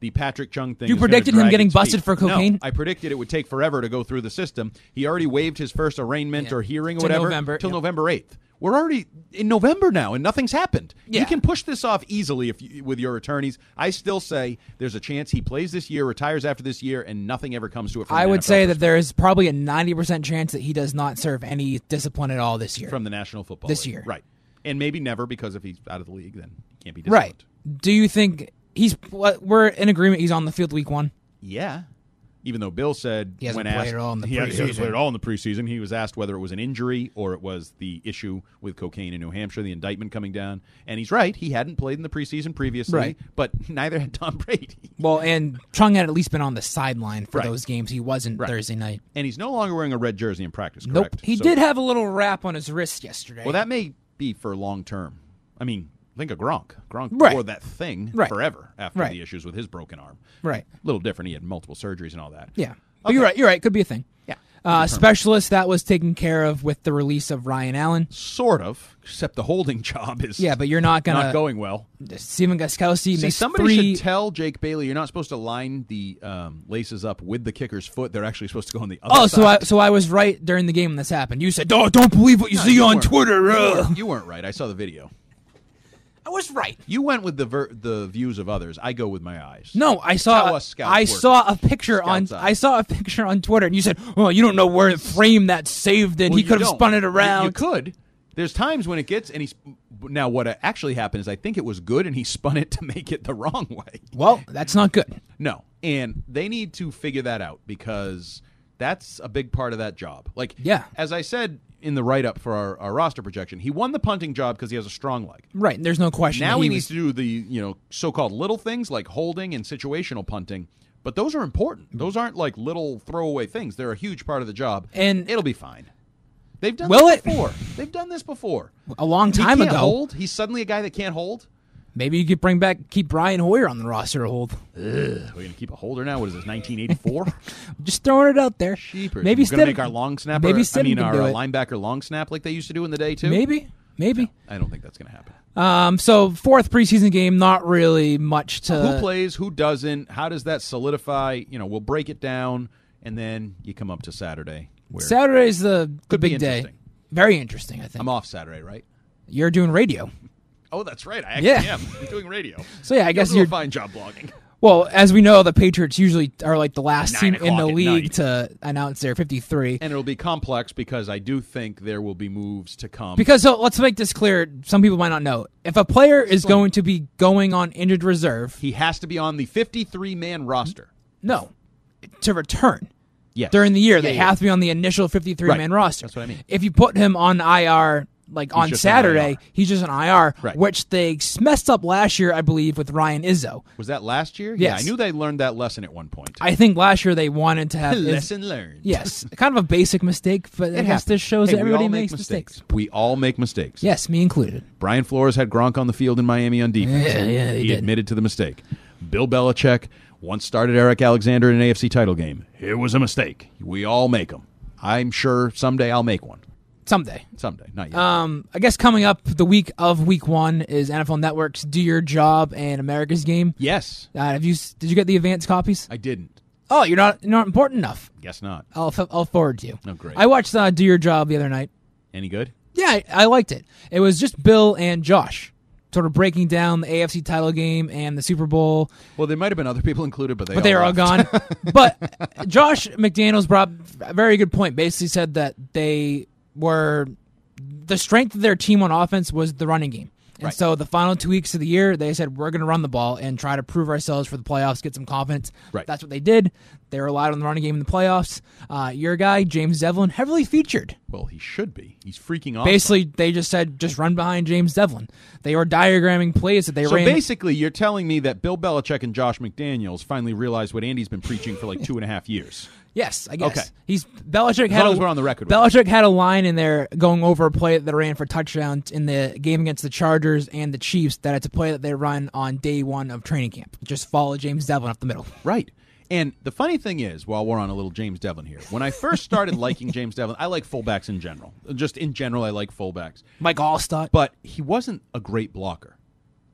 the Patrick Chung thing.
You
is gonna
predicted him
drag
getting
its
busted
feet.
for cocaine?
No, I predicted it would take forever to go through the system. He already waived his first arraignment
Yeah.
or hearing or
Till
whatever
November,
till
yep.
November eighth. We're already in November now, and nothing's happened.
Yeah.
You can push this off easily if you, with your attorneys. I still say there's a chance he plays this year, retires after this year, and nothing ever comes to it. From
I
an
would
NFL
say that there is probably a 90% chance that he does not serve any discipline at all this year.
from the National Football
This
League.
year.
right? And maybe never because if he's out of the league, then he can't be disciplined.
right. Do you think he's what- we're in agreement he's on the field week 1?
Yeah. Even though Bill said
He hasn't
when
played
asked,
at all in the
he hasn't- he hasn't
preseason.
played at all in the preseason. He was asked whether it was an injury or it was the issue with cocaine in New Hampshire, the indictment coming down, and he's right. He hadn't played in the preseason previously,
Right.
but (laughs) neither had Tom Brady, (laughs)
Well, and Chung had at least been on the sideline for
Right.
those games. He wasn't
Right.
Thursday night.
and he's no longer wearing a red jersey in practice.
Nope.
Correct?
He
So-
did have a little wrap on his wrist yesterday.
Well, that may be for long term. I mean, think of Gronk. Gronk
Right.
wore that thing
Right.
forever after
Right.
the issues with his broken arm.
Right.
A little different. He had multiple surgeries and all that.
Yeah. But you're right. You're right. Could be a thing.
Yeah.
Uh, specialist that was taken care of with the release of Ryan Allen.
Sort of, except the holding (laughs) job is
Yeah, but you're not gonna
not going well.
Steven Gaskowski
See,
makes
somebody
three.
should tell Jake Bailey you're not supposed to line the um, laces up with the kicker's foot. They're actually supposed to go on the other
oh, so I
side.
so I was right during the game when this happened. You said, "Oh, don't believe what you see on Twitter."
You
uh."
weren't, you weren't right. I saw the video.
I was right.
You went with the ver- the views of others. I go with my eyes.
No, I saw
how us scouts
I
work.
saw a picture on
Scouts eye.
I saw a picture on Twitter, and you said, "Oh, you don't know where it framed that saved in.
Well,
he
you
could have
don't.
spun it
You-
around."
You, could. There's times when it gets and he's now what actually happened is I think it was good and he spun it to make it the (laughs) wrong way.
Well, that's not good.
No, and they need to figure that out because that's a big part of that job. Like,
Yeah.
as I said in the write up for our, our roster projection, he won the punting job because he has a strong leg.
Right? There's no question.
Now
that
he,
he
needs
was-
to do the you know so called little things like holding and situational punting. But those are important. Those aren't like little throwaway things. They're a huge part of the job,
And-
it'll be fine. They've done
Will
this
it?
before. They've done this before.
a long
He
time
can't
ago.
hold. He's suddenly a guy that can't hold.
Maybe you could bring back keep Brian Hoyer on the roster to hold.
We're gonna keep a holder now. What is this?
(laughs)
1984.
Just throwing it out there.
Cheaper.
Maybe
we're gonna
Stidham-
make our long snapper.
Maybe
I
Stidham
mean
can
our
do
uh,
it.
linebacker long snap like they used to do in the day too.
Maybe. Maybe.
I don't think that's going to happen.
Um, so fourth preseason game, not really much to.
who plays? Who doesn't? How does that solidify? You know, we'll break it down, and then you come up to Saturday. Where
Saturday's the, the
Could be
big day.
interesting.
Very interesting, I think.
I'm off Saturday, right?
You're doing radio.
Oh, that's right. I actually
Yeah.
am. (laughs) I'm doing radio.
So, yeah, I
You'll
guess
do a
you're-
fine job blogging.
Well, as we know, the Patriots usually are like the last
Nine
team in
o'clock
the
at
league
night.
to announce their 53.
And it'll be complex because I do think there will be moves to come.
Because so let's make this clear. Some people might not know. If a player is going to be going on injured reserve,
he has to be on the 53 man roster.
no, to return
Yes.
during the year,
Yeah,
they
yeah.
have to be on the initial 53 man
Right.
roster.
That's what I mean.
If you put him on IR, like on
just on
Saturday,
IR.
he's just on IR,
Right.
which they messed up last year, I believe, with Ryan Izzo.
Was that last year? Yeah, I
Yes.
knew they learned that lesson at one point.
I think last year they wanted to have Iz-
(laughs) lesson learned.
Yes, kind of a basic mistake, but I guess this shows
Hey,
that
we
everybody
all
makes
make
mistakes.
We all make mistakes.
Yes, me included.
Brian Flores had Gronk on the field in Miami on defense.
Yeah, yeah, he
he
did.
admitted to the mistake. Bill Belichick once started Eric Alexander in an AFC title game. It was a mistake. We all make them. I'm sure someday I'll make one.
Someday.
Someday, not yet.
Um, I guess coming up the week of Week One is NFL Network's "Do Your Job" and America's Game.
yes,
Uh, have you? s- Did you get the advanced copies?
I didn't.
Oh, you're not you're not important enough.
Guess not.
I'll f- I'll forward to you.
Oh, great.
I watched uh, "Do Your Job" the other night.
Any good?
Yeah, I, I liked it. It was just Bill and Josh, sort of breaking down the AFC title game and the Super Bowl.
Well, there might have been other people included, but they
but they are all
left.
gone.
(laughs)
but Josh McDaniels brought a very good point. Basically, said that they were the strength of their team on offense was the running game. And so the final two weeks of the year, they said we're going to run the ball and try to prove ourselves for the playoffs, get some confidence.
Right.
That's what they did. They relied on the running game in the playoffs. Uh, your guy James Devlin heavily featured.
Well, he should be. He's freaking awesome.
Basically, they just said just run behind James Devlin. They were diagramming plays that they
So
ran.
basically, you're telling me that Bill Belichick and Josh McDaniels finally realized what Andy's been preaching for like two and a half years.
Yes, I guess.
Okay.
He's Belichick had
long
a,
as we're on the record with
Belichick had a line in there going over a play that ran for touchdowns in the game against the Chargers and the Chiefs that it's a play that they run on day one of training camp. Just follow James Devlin up the middle.
Right. And the funny thing is, while we're on a little James Devlin here, when I
(laughs)
first started liking James Devlin, I like fullbacks in general. Just in general, I like fullbacks.
Mike Allstott.
But he wasn't a great blocker.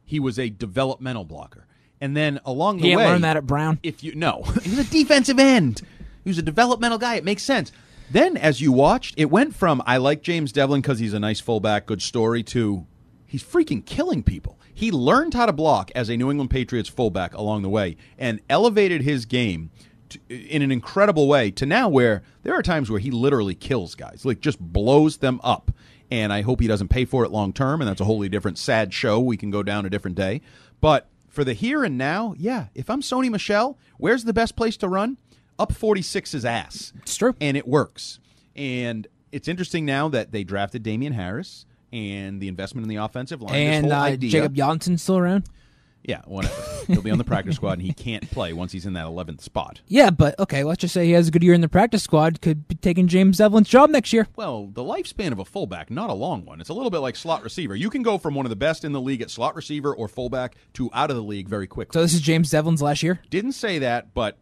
He was a developmental blocker. And then along the
he didn't
way,
learn that at Brown.
if you (laughs) no, he was a defensive end. He was a developmental guy. It makes sense. Then, as you watched, it went from I like James Devlin because he's a nice fullback, good story, to he's freaking killing people. He learned how to block as a New England Patriots fullback along the way and elevated his game to, in an incredible way to now where there are times where he literally kills guys, like just blows them up. And I hope he doesn't pay for it long term. And that's a wholly different sad show. We can go down a different day. But for the here and now, yeah, if I'm Sony Michelle, where's the best place to run? Up 46's ass.
It's true.
And it works. And it's interesting now that they drafted Damian Harris and the investment in the offensive line. this
and
whole
uh,
idea.
Jacob Johnson still around.
Yeah, whatever. He'll be on the practice squad and he can't play once he's in that 11th spot.
Yeah, but okay, let's just say he has a good year in the practice squad. Could be taking James Devlin's job next year.
Well, the lifespan of a fullback, not a long one. It's a little bit like slot receiver. You can go from one of the best in the league at slot receiver or fullback to out of the league very quickly.
So this is James Devlin's last year.
Didn't say that, but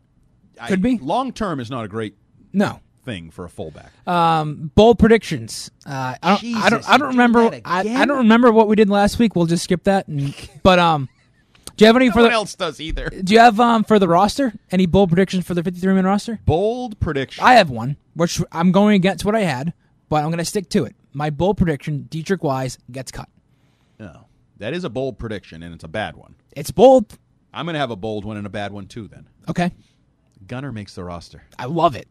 Could be.
Long term is not a great
No.
thing for a fullback.
Um, bold predictions. Uh, I don't. I
Jesus,
don't. I
you
don't
did
remember.
that
I, I
again?
don't remember what we did last week. We'll just skip that.
(laughs)
And, but um, do you have any
No one
further?
else does either.
Do you have um for the roster? Any bold predictions for the fifty-three man roster?
(laughs) Bold prediction.
I have one, which I'm going against what I had, but I'm going to stick to it. My bold prediction: Dietrich Wise gets cut.
No. That is a bold prediction, and it's a bad one.
It's bold.
I'm going to have a bold one and a bad one too. Then
Okay,
Gunner makes the roster.
I love it.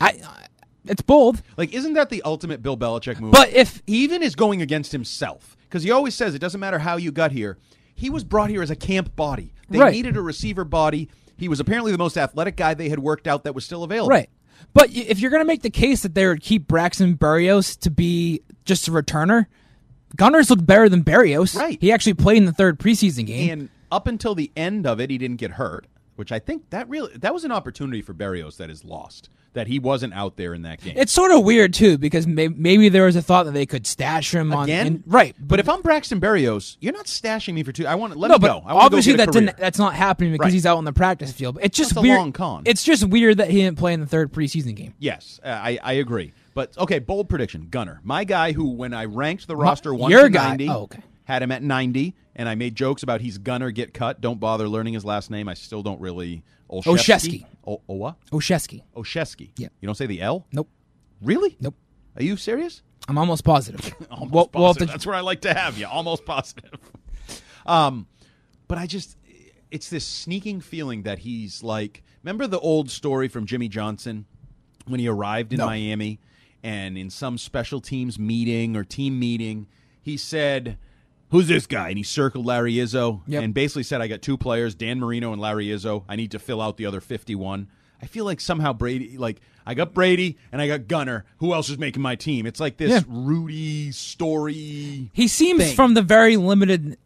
I. I it's bold.
Like, isn't that the ultimate Bill Belichick move?
But if-
he even is going against himself, because he always says it doesn't matter how you got here. He was brought here as a camp body. They
Right.
needed a receiver body. He was apparently the most athletic guy they had worked out that was still available.
Right. But y- if you're going to make the case that they would keep Braxton Berrios to be just a returner, Gunners looked better than Berrios.
Right.
He actually played in the third preseason game.
And up until the end of it, he didn't get hurt, which I think that really that was an opportunity for Barrios that is lost. That he wasn't out there in that game.
it's sort of weird, too, because may- maybe there was a thought that they could stash him on.
Again,
in- right.
But if I'm Braxton Barrios, you're not stashing me for two. I want to let
no,
me
but
go. I wanna
obviously
go get a
that didn't,
career.
that's not happening because
Right.
he's out on the practice field. But It's just
That's a
weird.
long con.
It's just weird that he didn't play in the third preseason game.
Yes, uh, I, I agree. But okay, bold prediction, Gunner, my guy who when I ranked the roster one
your
to
guy.
ninety,
Oh, okay.
had him at ninety, and I made jokes about he's Gunner get cut. Don't bother learning his last name. I still don't really. Olszewski.
Olszewski.
O, o what?
Oshesky.
Olszewski.
Yeah.
You don't say the L.
Nope.
Really?
Nope.
Are you serious?
I'm almost positive.
(laughs) Almost
Well-
positive.
well, if the-
That's where I like to have you. Almost (laughs) positive. um, but I just, it's this sneaking feeling that he's like. Remember the old story from Jimmy Johnson when he arrived in Miami, and in some special teams meeting or team meeting, he said. Who's this guy? And he circled Larry Izzo
Yep.
and basically said, I got two players, Dan Marino and Larry Izzo. I need to fill out the other 51. I feel like somehow Brady, like, I got Brady and I got Gunner. Who else is making my team? It's like this
Yeah.
Rudy story.
He seems
thing.
from the very limited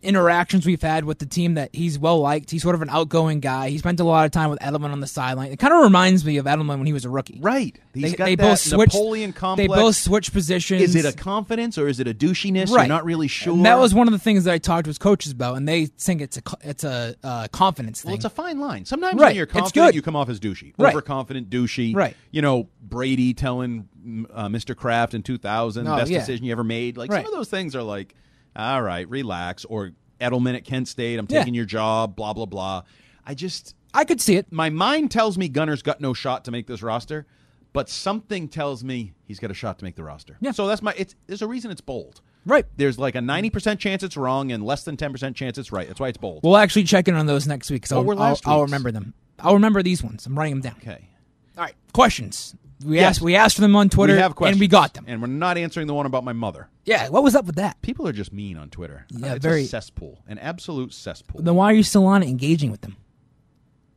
interactions we've had with the team that he's well liked. He's sort of an outgoing guy. He spent a lot of time with Edelman on the sideline. It kind of reminds me of Edelman when he was a rookie.
Right. He's
They,
got
they
that
both switched.
Napoleon complex.
They both switched positions.
Is it a confidence or is it a douchiness?
right?
You're not really sure.
And that was one of the things that I talked with coaches about, and they think it's a co- it's a uh, confidence thing.
Well, it's a fine line. Sometimes when
Right.
you're
It's
confident,
good.
you come off as douchey,
Right.
overconfident, douchey.
Right.
You know, Brady telling mm, uh, Mr. Kraft in 2000,
Oh,
best
yeah.
decision you ever made. Like
Right.
some of those things are like, all right, relax. Or Edelman at Kent State, I'm
Yeah.
taking your job. Blah blah blah. I just
I could see it.
my mind tells me Gunner's got no shot to make this roster, but something tells me he's got a shot to make the roster.
Yeah.
So that's my. It's there's a reason it's bold.
Right.
There's like a 90% chance it's wrong and less than 10% chance it's right. That's why it's bold.
We'll actually check in on those next week. So
Oh, we're
I'll,
last
I'll
week's.
remember them. I'll remember these ones. I'm writing them down.
okay.
All right. Questions. We
Yes.
asked. We asked for them on Twitter,
we have questions.
and we got them.
And we're not answering the one about my mother.
yeah. What was up with that?
People are just mean on Twitter.
Yeah,
it's a
very-
cesspool, an absolute cesspool.
Then why are you still on it engaging with them?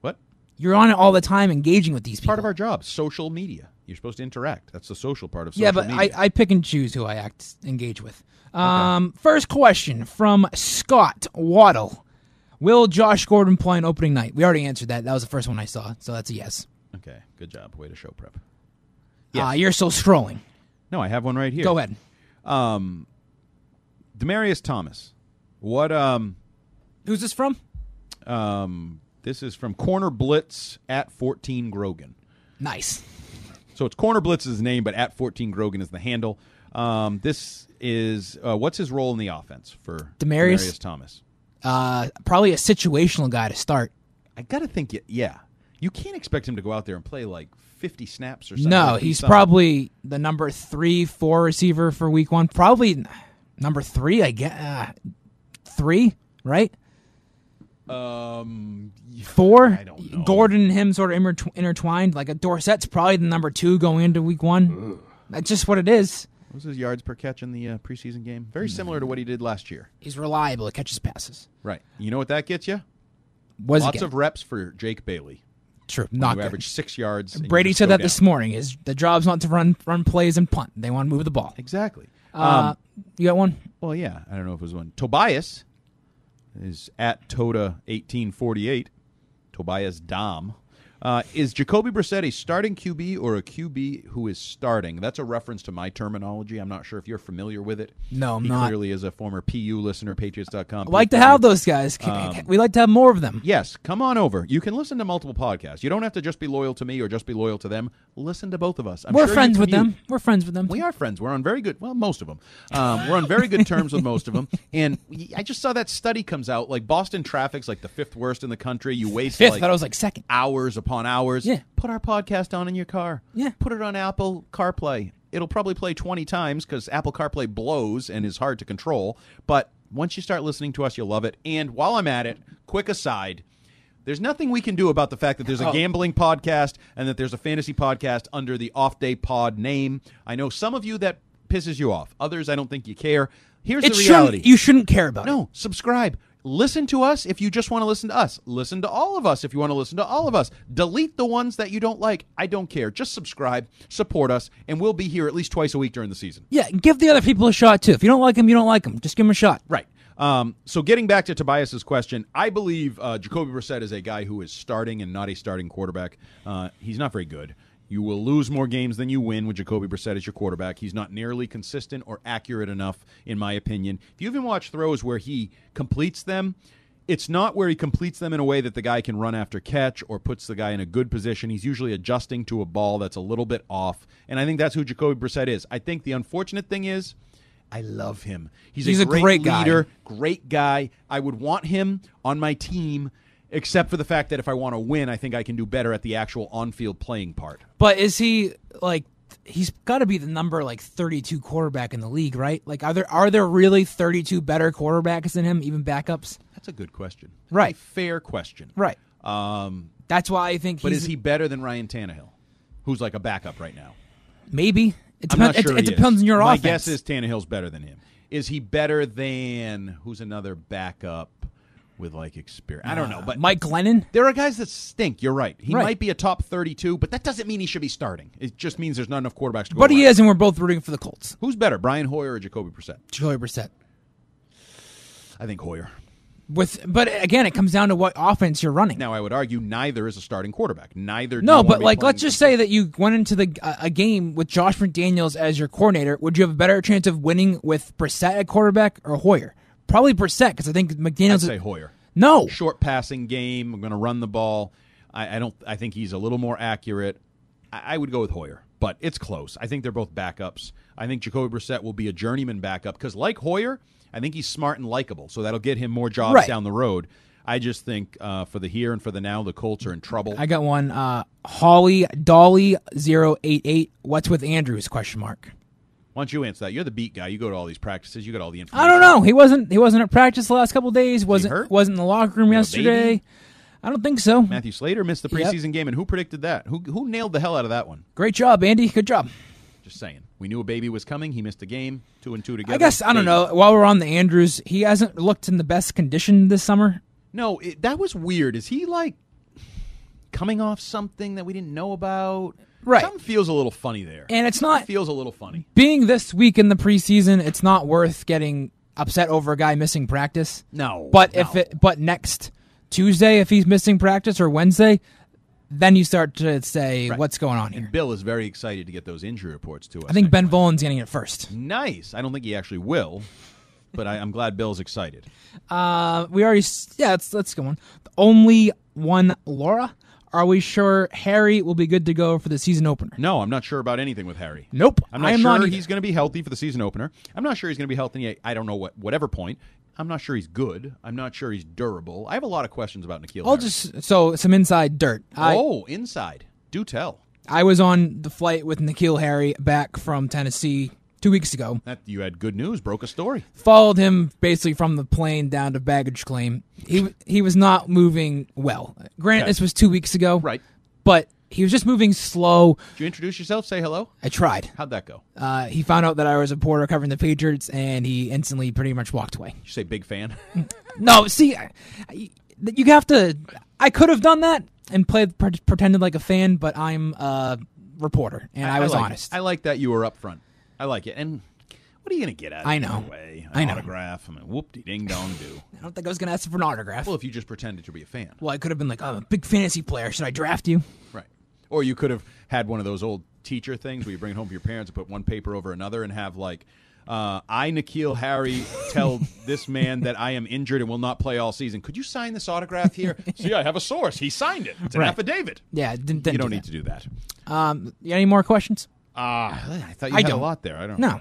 what?
You're on it all the time engaging with these people.
Part of our job, social media. You're supposed to interact. That's the social part of social
yeah, but I,
media.
I pick and choose who I act engage with. Um, First question from Scott Waddle: Will Josh Gordon play on opening night? We already answered that. That was the first one I saw, so that's a yes.
okay, good job. Way to show prep.
Yeah, Uh, you're so scrolling.
No, I have one right here.
Go ahead.
Um, Demarius Thomas. What? Um,
Who's this from?
um, this is from Corner Blitz at 14 Grogan.
Nice.
So it's Corner Blitz is the name, but at 14 Grogan is the handle. Um, this is uh, what's his role in the offense for
Demarius?
Thomas?
Uh, probably a situational guy to start.
I gotta think. y- Yeah, you can't expect him to go out there and play like 50 snaps or something.
No,
Like,
he's
some-
probably the number three, four receiver for week one. Probably n- number three, I guess. Uh, three, right?
um
Four.
I don't know.
Gordon and him sort of intertw- intertwined. Like a Dorsett's probably the number two going into week one. That's just what it is.
What was his yards per catch in the uh, preseason game? Very similar to what he did last year.
He's reliable. It catches passes.
Right. You know what that gets you?
Was
Lots of reps for Jake Bailey.
true. Not
who
good.
averaged six yards. and you
Brady
just
said
go
that
down.
this morning. Is the job's not to run run plays and punt. They want to move the ball.
Exactly.
Uh,
um,
you got one?
well, yeah. I don't know if it was one. Tobias is at Toda eighteen forty eight. Tobias Dom. Uh, is Jacoby Brissett a starting QB or a QB who is starting? That's a reference to my terminology. I'm not sure if you're familiar with it.
No, I'm
he
not.
Clearly, is a former PU listener, Patriots.com.
like to have those guys.
Um,
we like to have more of them.
Yes, come on over. You can listen to multiple podcasts. You don't have to just be loyal to me or just be loyal to them. Listen to both of us. I'm
We're
sure you
friends with
commute.
them. We're friends with them.
We are friends. We're on very good. Well, most of them. Um, we're on very good terms with most of them. And y- I just saw that study comes out. Like Boston traffic's like the fifth worst in the country. You waste
Fifth, I
Like,
thought it was like second.
Hours upon hours.
Yeah.
Put our podcast on in your car.
Yeah.
Put it on Apple CarPlay. It'll probably play twenty times because Apple CarPlay blows and is hard to control. But once you start listening to us, you'll love it. And while I'm at it, quick aside. There's nothing we can do about the fact that there's a
Oh.
game gambling podcast and that there's a fantasy podcast under the Off Day Pod name. I know some of you that pisses you off. Others, I don't think you care. Here's
It
the reality.
shouldn't, you shouldn't care about it.
no, subscribe. Listen to us if you just want to listen to us. Listen to all of us if you want to listen to all of us. Delete the ones that you don't like. I don't care. Just subscribe, support us, and we'll be here at least twice a week during the season.
Yeah, give the other people a shot too. If you don't like them, you don't like them. Just give them a shot.
Right. Um, so getting back to Tobias's question, I believe uh, Jacoby Brissett is a guy who is starting and not a starting quarterback. Uh, he's not very good. You will lose more games than you win with Jacoby Brissett as your quarterback. He's not nearly consistent or accurate enough, in my opinion. If you even watch throws where he completes them, it's not where he completes them in a way that the guy can run after catch or puts the guy in a good position. He's usually adjusting to a ball that's a little bit off. And I think that's who Jacoby Brissett is. I think the unfortunate thing is, I love him. He's,
He's
a,
a
great,
great guy.
leader, great guy. I would want him on my team, except for the fact that if I want to win, I think I can do better at the actual on-field playing part.
But is he like? He's got to be the number like 32 quarterback in the league, right? Like, are there are there really 32 better quarterbacks than him, even backups?
That's a good question. That's
Right.
a fair question.
Right.
Um,
That's why I think.
but
he's,
is he better than Ryan Tannehill, who's like a backup right now?
Maybe it
I'm not
depends.
sure.
it, it
he is.
depends on your
My
offense.
guess is Tannehill's better than him. Is he better than who's another backup with like experience? I don't know, but
Mike Glennon.
There are guys that stink. You're right. He
Right.
might be a top 32, but that doesn't mean he should be starting. It just means there's not enough quarterbacks to go.
But he
around.
is, and we're both rooting for the Colts.
Who's better, Brian Hoyer or Jacoby Brissett?
Jacoby Brissett.
I think Hoyer.
With, but again, it comes down to what offense you're running.
Now, I would argue neither is a starting quarterback. Neither. do you
No,
wanna
but
be
like,
playing-
let's just say that you went into the a- a game with Josh McDaniels as your coordinator. Would you have a better chance of winning with Brissett at quarterback or Hoyer? Probably Brissett because I think McDaniels.
I'd
is-
say Hoyer.
No,
Short passing game. I'm going to run the ball. I, I don't. I think he's a little more accurate. I, I would go with Hoyer, but it's close. I think they're both backups. I think Jacoby Brissett will be a journeyman backup because, like Hoyer, I think he's smart and likable, so that'll get him more jobs
Right.
down the road. I just think uh, for the here and for the now, the Colts are in trouble.
I got one. Uh, Holly Dolly 088. What's with Andrews? Question mark.
Why don't you answer that? You're the beat guy. You go to all these practices. You got all the information.
I don't know. He wasn't. He wasn't at practice the last couple days. wasn't
hurt?
wasn't in the locker room
He have a
yesterday.
baby?
I don't think so.
Matthew Slater missed the
Yep.
preseason game, and who predicted that? Who who nailed the hell out of that one?
Great job, Andy. Good job.
Just saying. We knew a baby was coming. He missed a game. Two and two together.
I guess I don't
Baby.
know. While we're on the Andrews, he hasn't looked in the best condition this summer.
No, it, that was weird. Is he like coming off something that we didn't know about?
Right.
Something feels a little funny there.
And it's not-
feels a little funny.
being this week in the preseason, it's not worth getting upset over a guy missing practice.
No,
But
no.
if it but next Tuesday if he's missing practice or Wednesday, then you start to say what's going on here.
And Bill is very excited to get those injury reports to us.
I think
next
Ben Volan's getting it first.
week. Nice. I don't think he actually will, but I, I'm glad Bill's excited.
Uh, we already s- yeah, let's let's go on. The only one Laura. Are we sure Harry will be good to go for the season opener?
No, I'm not sure about anything with Harry.
Nope,
I'm not
I am
sure
not either.
he's going to be healthy for the season opener. I'm not sure he's going to be healthy. At, I don't know what whatever point. I'm not sure he's good. I'm not sure he's durable. I have a lot of questions about Nikhil.
I'll
Harry.
just so some inside dirt. I,
oh inside. Do tell.
I was on the flight with Nikhil Harry back from Tennessee two weeks ago.
That you had good news. Broke a story.
followed him basically from the plane down to baggage claim. He he was not moving well. Granted,
Okay.
this was two weeks ago,
Right.
But he was just moving slow.
Did you introduce yourself? Say hello.
I tried.
How'd that go? Did
Uh, he found out that I was a porter covering the Patriots, and he instantly pretty much walked away.
you say big fan?
No, see, I, I- you have to. I could have done that and played pre- pretended like a fan, but I'm a reporter, and (laughs) I, was
like it.
honest.
I like that you were upfront. I like it. And What are you going to get out of
I
it
know.
Anyway? An
I know.
Autograph. I mean, whoop de ding dong do.
I don't think I was going to ask for an autograph.
well, if you just pretended to be a fan,
Well, I could have been like, "Oh, I'm a big fantasy player. Should I draft you?
right? Or you could have had one of those old teacher things where you bring it home for your parents and put one paper over another and have like. Uh, I, Nikhil Harry, tell this man that I am injured and will not play all season. Could you sign this autograph
(laughs)
here? See, I have a source. He signed it. It's an
Right.
affidavit.
Yeah, didn't, didn't
you don't
do
need to do that.
that. Um, you got any more questions?
Ah, I thought you
I
had
don't.
a lot there. I don't.
No.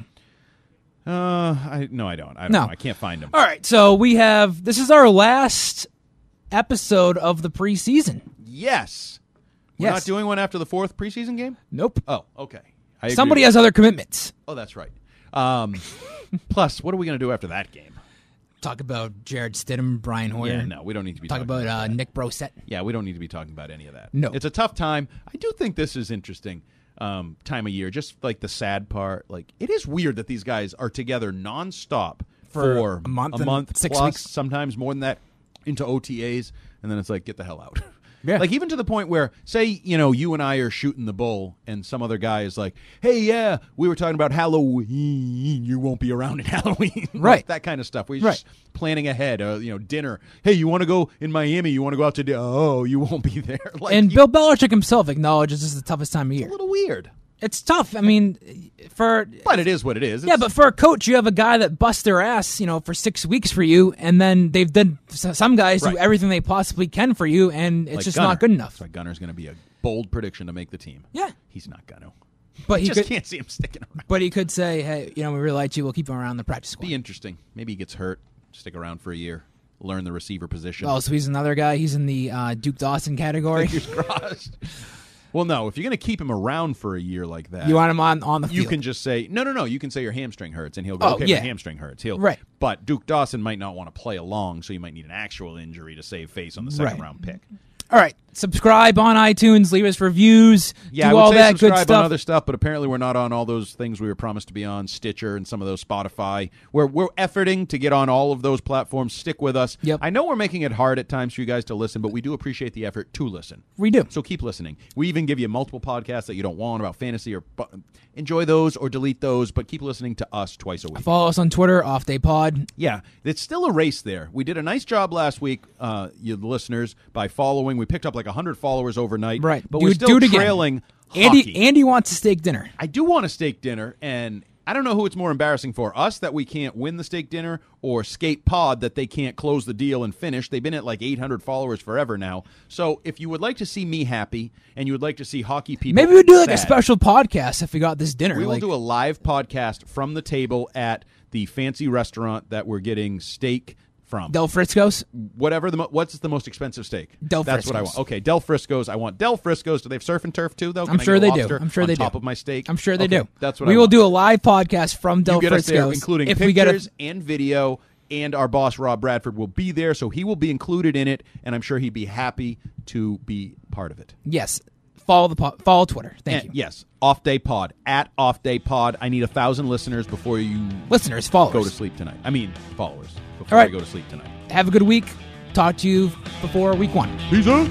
Uh, I no, I don't. I don't
No.
know. I can't find them.
All right, so we have this is our last episode of the preseason.
Yes. We're
Yes.
not doing one after the fourth preseason game?
Nope.
Oh, okay. I agree
Somebody
with-
has other commitments.
Oh, that's right. Um, (laughs) plus, what are we going to do after that game?
Talk about Jared Stidham, Brian Hoyer.
Yeah, no, we don't need to be
Talk
talking
about uh, Nick Brosette.
Yeah, we don't need to be talking about any of that.
No.
It's a tough time. I do think this is interesting um, time of year, just like the sad part. Like, it is weird that these guys are together nonstop
For
for
a month
a
and
month
six
plus,
weeks.
sometimes more than that, into OTAs, and then it's like, get the hell out.
(laughs) Yeah.
Like, even to the point where, say, you know, you and I are shooting the bull, and some other guy is like, hey, yeah, we were talking about Halloween. You won't be around at (laughs) Halloween. Like,
Right.
that kind of stuff. We're
Right.
just planning ahead, uh, you know, dinner. Hey, you want to go in Miami? You want to go out to? Di- oh, you (laughs) won't be there. Like,
and
you-
Bill Belichick himself acknowledges this is the toughest time of year.
a little weird,
It's tough. I mean, for
but it is what it is.
yeah,
It's-
but for a coach, you have a guy that busts their ass, you know, for six weeks for you, and then they've done s- some guys
Right.
do everything they possibly can for you, and it's
like
just
Gunner.
not good enough.
That's why Gunner's going to be a bold prediction to make the team.
Yeah.
he's not going to.
But he
Just
could,
can't see him sticking around.
but he could say, hey, you know, we really liked you. We'll keep him around the practice squad.
Be interesting. Maybe he gets hurt. Stick around for a year. Learn the receiver position.
Oh, so he's another guy. He's in the uh, Duke Dawson category.
(laughs) Fingers crossed. Well, no. If you're going to keep him around for a year like that,
You want him on on the
you
field?
can just say no, no, no. You can say your hamstring hurts, and he'll go,
Oh,
okay,
yeah.
my hamstring hurts. He'll
Right.
But Duke Dawson might not want to play along, so you might need an actual injury to save face on the second
Right.
round pick.
All right, subscribe on iTunes. Leave us reviews.
Yeah,
do
I would
all
say
that
subscribe
good
on
stuff.
other stuff, but apparently we're not on all those things we were promised to be on Stitcher and some of those Spotify. We're we're efforting to get on all of those platforms. Stick with us.
Yep.
I know we're making it hard at times for you guys to listen, but we do appreciate the effort to listen.
we do.
So keep listening. We even give you multiple podcasts that you don't want about fantasy or but enjoy those or delete those, but keep listening to us twice a week.
Follow us on Twitter, Off Day Pod.
Yeah, it's still a race there. We did a nice job last week, uh, you listeners, by following. We picked up like 100 followers overnight.
Right,
But
do,
we're
do
still
it again.
trailing hockey.
Andy, Andy wants a steak dinner.
I do want a steak dinner, and I don't know who it's more embarrassing for us that we can't win the steak dinner or Skate Pod that they can't close the deal and finish. They've been at like 800 followers forever now. So if you would like to see me happy and you would like to see hockey people.
Maybe we do like a
sad,
special podcast if we got this dinner.
we will
like,
do a live podcast from the table at the fancy restaurant that we're getting steak from
Del Frisco's.
whatever the mo- what's the most expensive steak?
Del
That's what I
Frisco's.
want. Okay, Del Frisco's. I want Del Frisco's. Do they have surf and turf too? Though Can
I'm
I
sure
get a
they do.
lobster
I'm sure
on
they do.
top of my steak.
I'm sure they
Okay,
do.
That's what
we
I
will
want.
do a live podcast from Del
You get us
Frisco's,
there, including
if
pictures
we get a,
and video. And our boss Rob Bradford will be there, so he will be included in it, and I'm sure he'd be happy to be part of it.
yes. Follow the po- follow Twitter. Thank
And
you,
yes, off day pod at off day pod. I need a thousand listeners before you
listeners. Follow.
go to sleep tonight. I mean, followers before
All right.
you go to sleep tonight.
Have a good week. Talk to you before week one.
Peace out.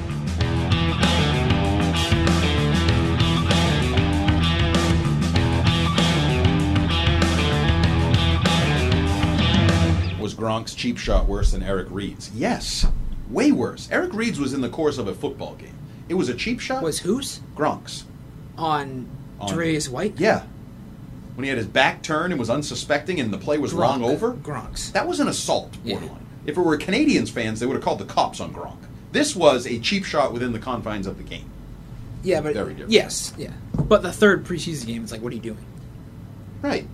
Was Gronk's cheap shot worse than Eric Reed's? Yes, way worse. Eric Reed's was in the course of a football game. It was a cheap shot.
whose
Gronk's?
on,
On-
Dre's White?
Yeah, when he had his back turned and was unsuspecting, and the play was wrong over.
Gronk's.
That was an assault,
Yeah.
borderline. If it were Canadians fans, they would have called the cops on Gronk. This was a cheap shot within the confines of the game.
Yeah, but
Very different.
yes, yeah. But the third preseason game, it's like, what are you doing?
Right.